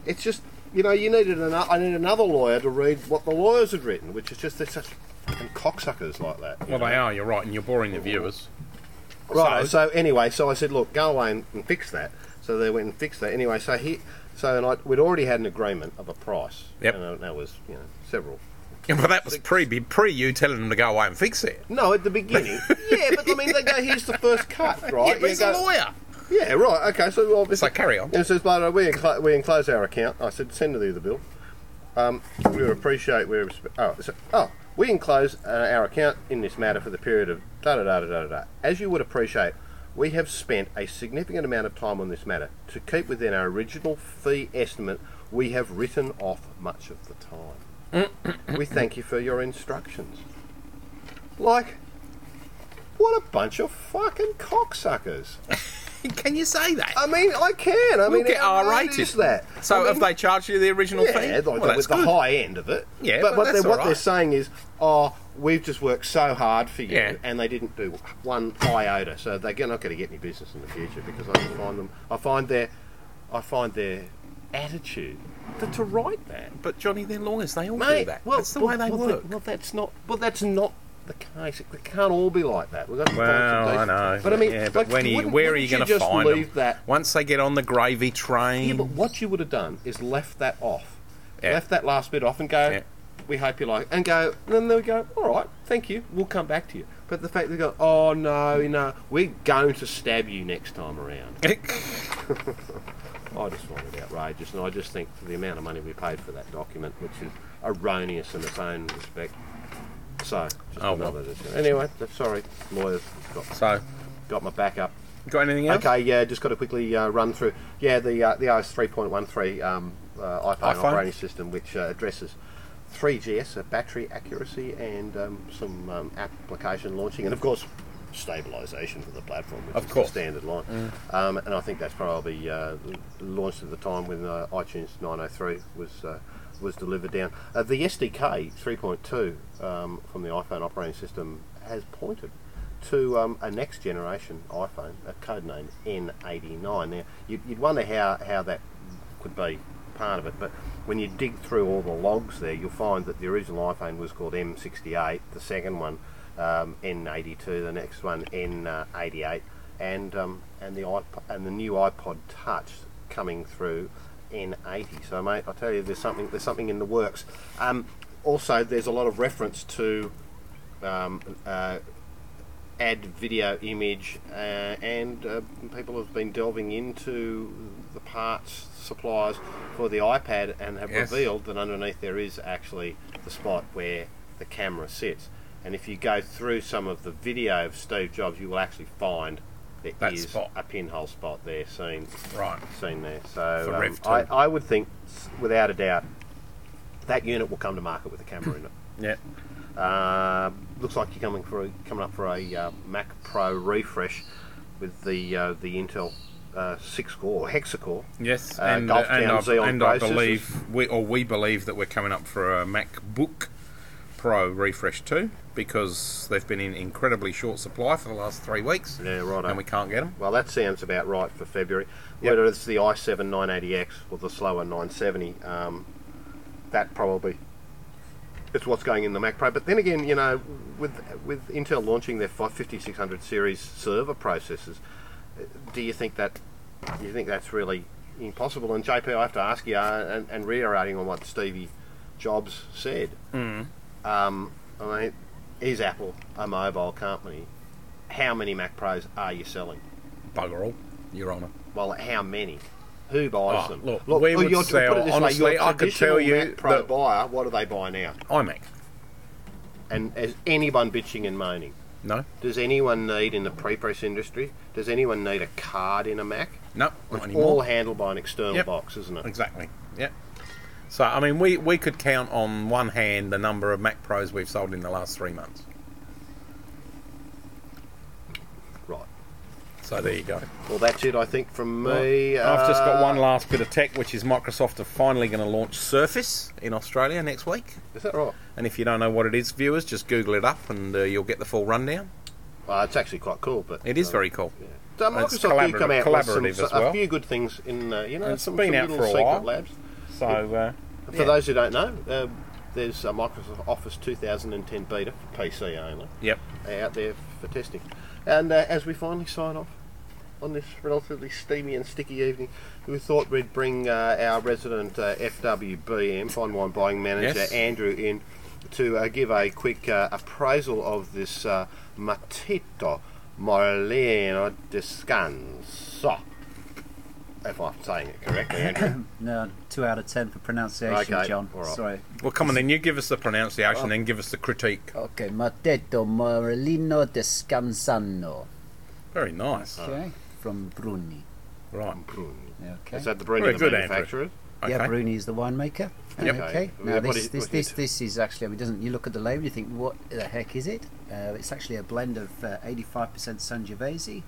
S5: it's just. You know, you needed an, I need another lawyer to read what the lawyers had written, which is just they're such fucking cocksuckers like that. you
S6: Well,
S5: know?
S6: they are. You're right, and you're boring the viewers.
S5: Right. So, anyway, so I said, look, go away and, and fix that. So they went and fixed that. Anyway, so he, so and I, we'd already had an agreement of a price.
S6: Yep.
S5: And that was you know several.
S6: Yeah, but that was pre pre you telling them to go away and fix it.
S5: No, at the beginning. yeah, but I mean, they go, here's the first cut, right?
S6: Yeah, but
S5: You
S6: he's
S5: go,
S6: a lawyer.
S5: Yeah, right. Okay, so well,
S6: It's like carry on.
S5: And it says, but uh, we, enclo- we enclose our account. I said, send you the bill. Um, we would appreciate we respe- oh, so, oh, we enclose uh, our account in this matter for the period of da da da da da da. As you would appreciate, we have spent a significant amount of time on this matter. To keep within our original fee estimate, we have written off much of the time. we thank you for your instructions. Like, what a bunch of fucking cocksuckers.
S6: Can you say that?
S5: I mean, I can. I
S6: we'll
S5: mean,
S6: get
S5: how
S6: R
S5: rude
S6: rated.
S5: is that?
S6: So
S5: I mean,
S6: have they charged you the original fee?
S5: yeah, like
S6: well,
S5: the-
S6: that's
S5: with the
S6: good.
S5: high end of it.
S6: Yeah,
S5: but,
S6: but
S5: what,
S6: that's
S5: they're,
S6: all
S5: what
S6: right.
S5: they're saying is, oh, we've just worked so hard for you,
S6: Yeah.
S5: and they didn't do one iota, so they're not going to get any business in the future because I find them. I find their, I find their attitude that to write that.
S6: But Johnny, they're lawyers. They all do
S5: Mate,
S6: that.
S5: well,
S6: that's the
S5: well,
S6: way they
S5: well,
S6: work.
S5: that- well, that's not. Well, that's not the case. It, it can't all be like that. We've got to find some
S6: Well, I
S5: decent-
S6: know.
S5: But I mean,
S6: yeah, but
S5: like,
S6: when you,
S5: wouldn't-
S6: where are
S5: wouldn't
S6: you going to
S5: just
S6: find
S5: leave
S6: them?
S5: that?
S6: Once they get on the gravy train,
S5: Yeah, but what you would have done is left that off,
S6: Yeah.
S5: left that last bit off, and go.
S6: Yeah.
S5: We hope you like, it," and go. And then they would go. All right, thank you. We'll come back to you. But the fact they go, oh no, you know, we're going to stab you next time around. I just find it outrageous, and I just think for the amount of money we paid for that document, which is erroneous in its own respect. So, just
S6: Oh, well.
S5: another discussion. Anyway, th- sorry, lawyers got,
S6: so
S5: got my back up.
S6: got anything else?
S5: Okay, yeah, just got to quickly uh, run through. Yeah, the uh, the iOS 3.13 um, uh, iPhone,
S6: iPhone?
S5: operating system, which uh, addresses 3GS, uh, battery accuracy, and um, some um, application launching, and of course, stabilisation for the platform, which
S6: Of
S5: is
S6: course. Mm.
S5: the standard line. Um, and I think that's probably uh, launched at the time when uh, iTunes 903 was. Uh, was delivered down. Uh, the SDK 3.2 um, from the iPhone operating system has pointed to um, a next generation iPhone, a codename N89. Now, you'd, you'd wonder how, how that could be part of it, but when you dig through all the logs there, you'll find that the original iPhone was called M68, the second one um, N82, the next one N88, and um, and the iP- and the new iPod Touch coming through N80. So, mate, I tell you, there's something there's something in the works. Um, also, there's a lot of reference to um, uh, add video image, uh, and uh, people have been delving into the parts suppliers for the iPad and have
S6: Yes.
S5: revealed that underneath there is actually the spot where the camera sits. And if you go through some of the video of Steve Jobs, you will actually find there is
S6: That spot.
S5: a pinhole spot there seen
S6: Right.
S5: seen there. So
S6: For
S5: um,
S6: Rev two.
S5: I, I would think, s- without a doubt, that unit will come to market with a camera in it.
S6: Yeah.
S5: Uh, looks like you're coming for a, coming up for a uh, Mac Pro refresh with the uh, the Intel uh, six core hexa core.
S6: Yes,
S5: Uh,
S6: and,
S5: Gulf
S6: and,
S5: Down
S6: I,
S5: Xeon
S6: and I
S5: processors.
S6: believe we or we believe that we're coming up for a MacBook Pro refresh too because they've been in incredibly short supply for the last three weeks.
S5: Yeah, righto.
S6: And we can't get them.
S5: Well, that sounds about right for February.
S6: Yep.
S5: Whether it's the i7 980X or the slower 970, um, that probably is what's going in the Mac Pro. But then again, you know, with with Intel launching their 5600 series server processors, uh, do you think that do you think that's really impossible? And JP, I have to ask you, uh, and, and reiterating on what Stevie Jobs said. Um, I mean, is Apple a mobile company? How many Mac Pros are you selling?
S6: Bugger all, Your Honour.
S5: Well, how many? Who buys
S6: Oh,
S5: them?
S6: look, we would
S5: your-
S6: sell-
S5: put it this way,
S6: honestly,
S5: your
S6: I could
S5: traditional
S6: tell you
S5: Mac Pro
S6: that-
S5: buyer, what do they buy now?
S6: iMac.
S5: And is anyone bitching and moaning?
S6: No,
S5: Does anyone need in the prepress industry? Does anyone need a card in a Mac?
S6: no, not
S5: It's
S6: anymore.
S5: all handled by an external
S6: Yep.
S5: box, isn't it?
S6: Exactly. Yeah. So I mean, we, we could count on one hand the number of Mac Pros we've sold in the last three months.
S5: Right.
S6: So there you go.
S5: Well, that's it. I think from me.
S6: I've just got
S5: Uh,
S6: one last bit of tech, which is Microsoft are finally going to launch Surface in Australia next week.
S5: Is that right?
S6: And if you don't know what it is, viewers, just Google it up, and uh, you'll get the full rundown.
S5: Well, it's actually quite cool, but
S6: It is
S5: um,
S6: very cool.
S5: So
S6: And it's
S5: Microsoft do
S6: collaborative-
S5: come out with some,
S6: collaborative as
S5: a
S6: well.
S5: few good things in uh, you know
S6: And it's
S5: some,
S6: been
S5: some
S6: out
S5: little
S6: for a
S5: secret
S6: while.
S5: labs.
S6: So uh,
S5: For
S6: yeah.
S5: those who don't know, uh, there's a Microsoft Office 2010 beta, PC only,
S6: Yep.
S5: out there for testing. And uh, as we finally sign off on this relatively steamy and sticky evening, we thought we'd bring uh, our resident uh, FWBM, Fine Wine Buying Manager,
S6: Yes.
S5: Andrew, in to uh, give a quick uh, appraisal of this uh, Matito Morleno Descanso. If I'm saying it correctly, Andrew.
S7: No, two out of ten for pronunciation,
S5: Okay,
S7: John.
S5: all right.
S7: Sorry.
S6: Well, come on then. You give us the
S7: Oh.
S6: pronunciation, then give us the critique.
S7: Okay, Matetto Morellino Descansano.
S6: Very nice.
S7: Okay, from Bruni.
S6: Right.
S7: Okay.
S5: Is that the brand
S6: Very
S5: of the
S6: good, Andrew.
S5: manufacturer?
S7: Yeah,
S6: Okay.
S7: Bruni is the winemaker.
S5: Yep.
S7: Okay. Now
S5: Yeah, what
S7: this
S5: is-
S7: this
S5: what is
S7: this,
S5: it?
S7: this is actually I mean doesn't you look at the label you think what the heck is it? Uh, it's actually a blend of uh, 85% Sangiovese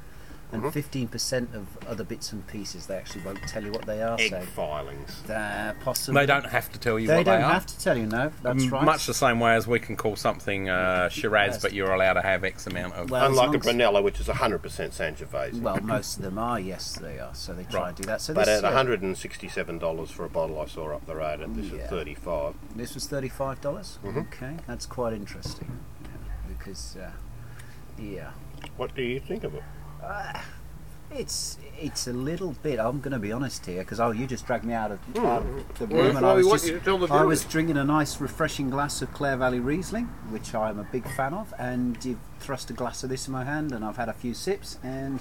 S7: and
S5: Mm-hmm.
S7: 15% of other bits and pieces. They actually won't tell you what they are.
S5: Egg
S7: So
S5: filings.
S7: they're possibly
S6: They don't have to tell you
S7: They
S6: what
S7: don't
S6: they are.
S7: have to tell you no. That's
S6: M-
S7: right.
S6: Mm, Much the same way as we can call something uh, Shiraz, but you're allowed to have X amount of.
S7: Well, as
S5: Unlike
S7: long
S5: a
S7: as-
S5: Brunello, which is 100% Sangiovese.
S7: Well, most of them are. Yes, they are. So they try
S6: Right.
S7: and do that. So
S5: but
S7: this,
S5: at
S7: yeah,
S5: $167 for a bottle I saw up the road, and this is
S7: Yeah.
S5: 35 Mm-hmm.
S7: this was thirty-five dollars. Okay, that's quite interesting. Yeah, because uh, yeah,
S5: What do you think of it?
S7: it's it's a little bit. I'm going to be honest here because oh, you just dragged me out of out of the room,
S5: Hmm. Well, that's
S7: and
S5: why
S7: I
S5: we
S7: was
S5: want
S7: just
S5: you to tell the
S7: I
S5: viewers.
S7: was drinking a nice refreshing glass of Clare Valley Riesling, which I'm a big fan of, and you've thrust a glass of this in my hand, and I've had a few sips, and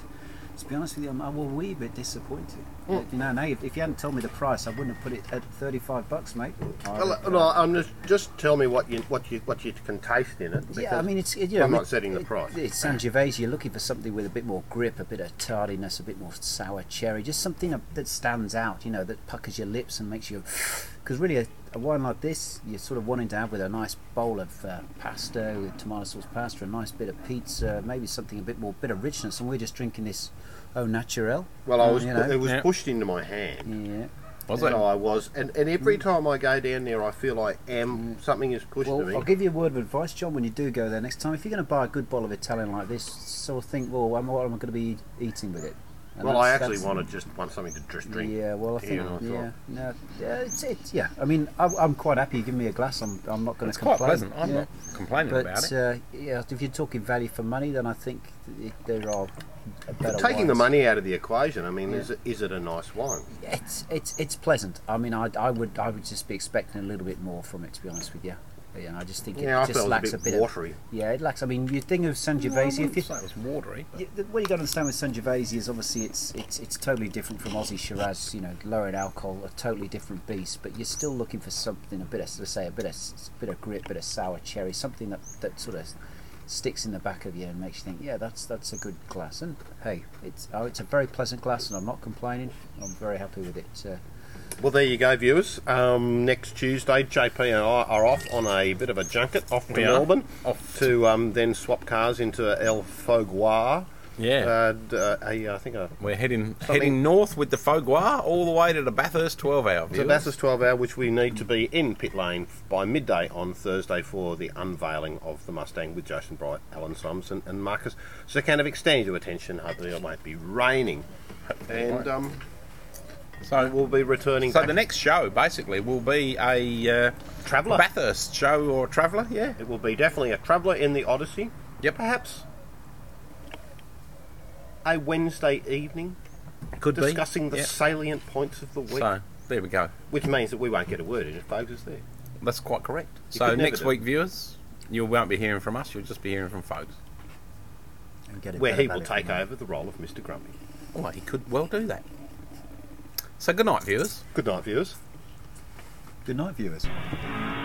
S7: to be honest with you, I'm, I'm a wee bit disappointed.
S5: Hmm.
S7: You know, now if, if you hadn't told me the price, I wouldn't have put it at 35 bucks, mate. I
S5: Well, uh,
S7: reckon-
S5: no, I'm just just tell me what you what you what you can taste in it.
S7: yeah, I
S5: because
S7: mean, it's you know,
S5: I'm not
S7: it-
S5: setting the
S7: it-
S5: price.
S7: It's Sangiovese. You're looking for something with a bit more grip, a bit of tardiness, a bit more sour cherry, just something that stands out. You know, that puckers your lips and makes you. Because really, a, a wine like this, you're sort of wanting to have with a nice bowl of uh, pasta, with tomato sauce pasta, a nice bit of pizza, maybe something a bit more, bit of richness. And we're just drinking this au naturel.
S5: well, I
S7: uh,
S5: was
S7: you know.
S5: it was
S6: Yeah. Mm.
S5: pushed into my hand.
S7: yeah.
S6: Was
S5: And I was, and, and every time I go down there, I feel I am something is pushed to
S7: Well,
S5: me.
S7: I'll give you a word of advice, John. When you do go there next time, if you're going to buy a good bottle of Italian like this, sort of think, well, am- what am I going to be eating with it? And
S5: well, I
S7: that's-
S5: actually
S7: that's-
S5: want to just want something to just drink.
S7: Yeah, well, I think,
S5: know, I thought-
S7: yeah, no, yeah, it's, it's, yeah. I mean, I, I'm quite happy you give me a glass. I'm, I'm not going
S6: It's
S7: to
S6: quite
S7: complain.
S6: pleasant. I'm
S7: yeah.
S6: not complaining
S7: But
S6: about it.
S7: Uh, yeah, if you're talking value for money, then I think th- it, there are better
S5: Taking the
S7: wines.
S5: money out of the equation, I mean, is, it, is it a nice wine?
S7: It's it's it's pleasant. I mean, I, I would I would just be expecting a little bit more from it, to be honest with you. Yeah, I just think it
S5: Yeah, I
S7: just
S5: felt it was a
S7: lacks
S5: bit
S7: of
S5: watery.
S7: yeah, it lacks. I mean, you think of Sangiovese. if you,
S6: it was watery.
S7: you, the- what you got to understand with Sangiovese is obviously it's it's it's totally different from Aussie Shiraz. You know, lower in alcohol, a totally different beast. But you're still looking for something a bit of let's say a bit of s- bit of grit, bit of sour cherry, something that that sort of sticks in the back of you and makes you think, yeah, that's that's a good glass. And hey, it's oh, it's a very pleasant glass, and I'm not complaining. I'm very happy with it. Uh,
S5: Well, there you go, viewers. Um, next Tuesday, JP and I are off on a bit of a junket off to
S6: We are.
S5: Melbourne
S6: Off
S5: to um, then swap cars into El Fogoir.
S6: Yeah.
S5: Uh, d- uh, a, uh, I think a,
S6: We're heading heading north with the foie gras all the way to the Bathurst 12 hour
S5: it's a
S6: view.
S5: Bathurst 12 hour, which we need to be in pit lane by midday on Thursday for the unveiling of the Mustang with Jason Bright, Alan Thompson, and Marcus. So, kind of extend your attention. Hopefully, it won't be raining. And um,
S6: So
S5: we'll be returning
S6: So
S5: back
S6: the next show basically will be a uh,
S5: Traveller.
S6: Bathurst show or traveller, yeah.
S5: It will be definitely a traveller in the Odyssey.
S6: Yep.
S5: Perhaps a Wednesday evening
S6: Could
S5: discussing the
S6: yeah.
S5: salient points of the week,
S6: So there we go.
S5: which means that we won't get a word in if folks is there.
S6: That's quite correct.
S5: You
S6: so
S5: could never
S6: next
S5: do it.
S6: week, viewers, you won't be hearing from us. You'll just be hearing from folks.
S7: and get it
S5: Where
S7: better
S5: he will
S7: value for
S5: take
S7: money.
S5: over the role of Mr. Grumpy.
S6: Well, he could well do that. So good night, viewers.
S5: Good night, viewers.
S7: Good night, viewers.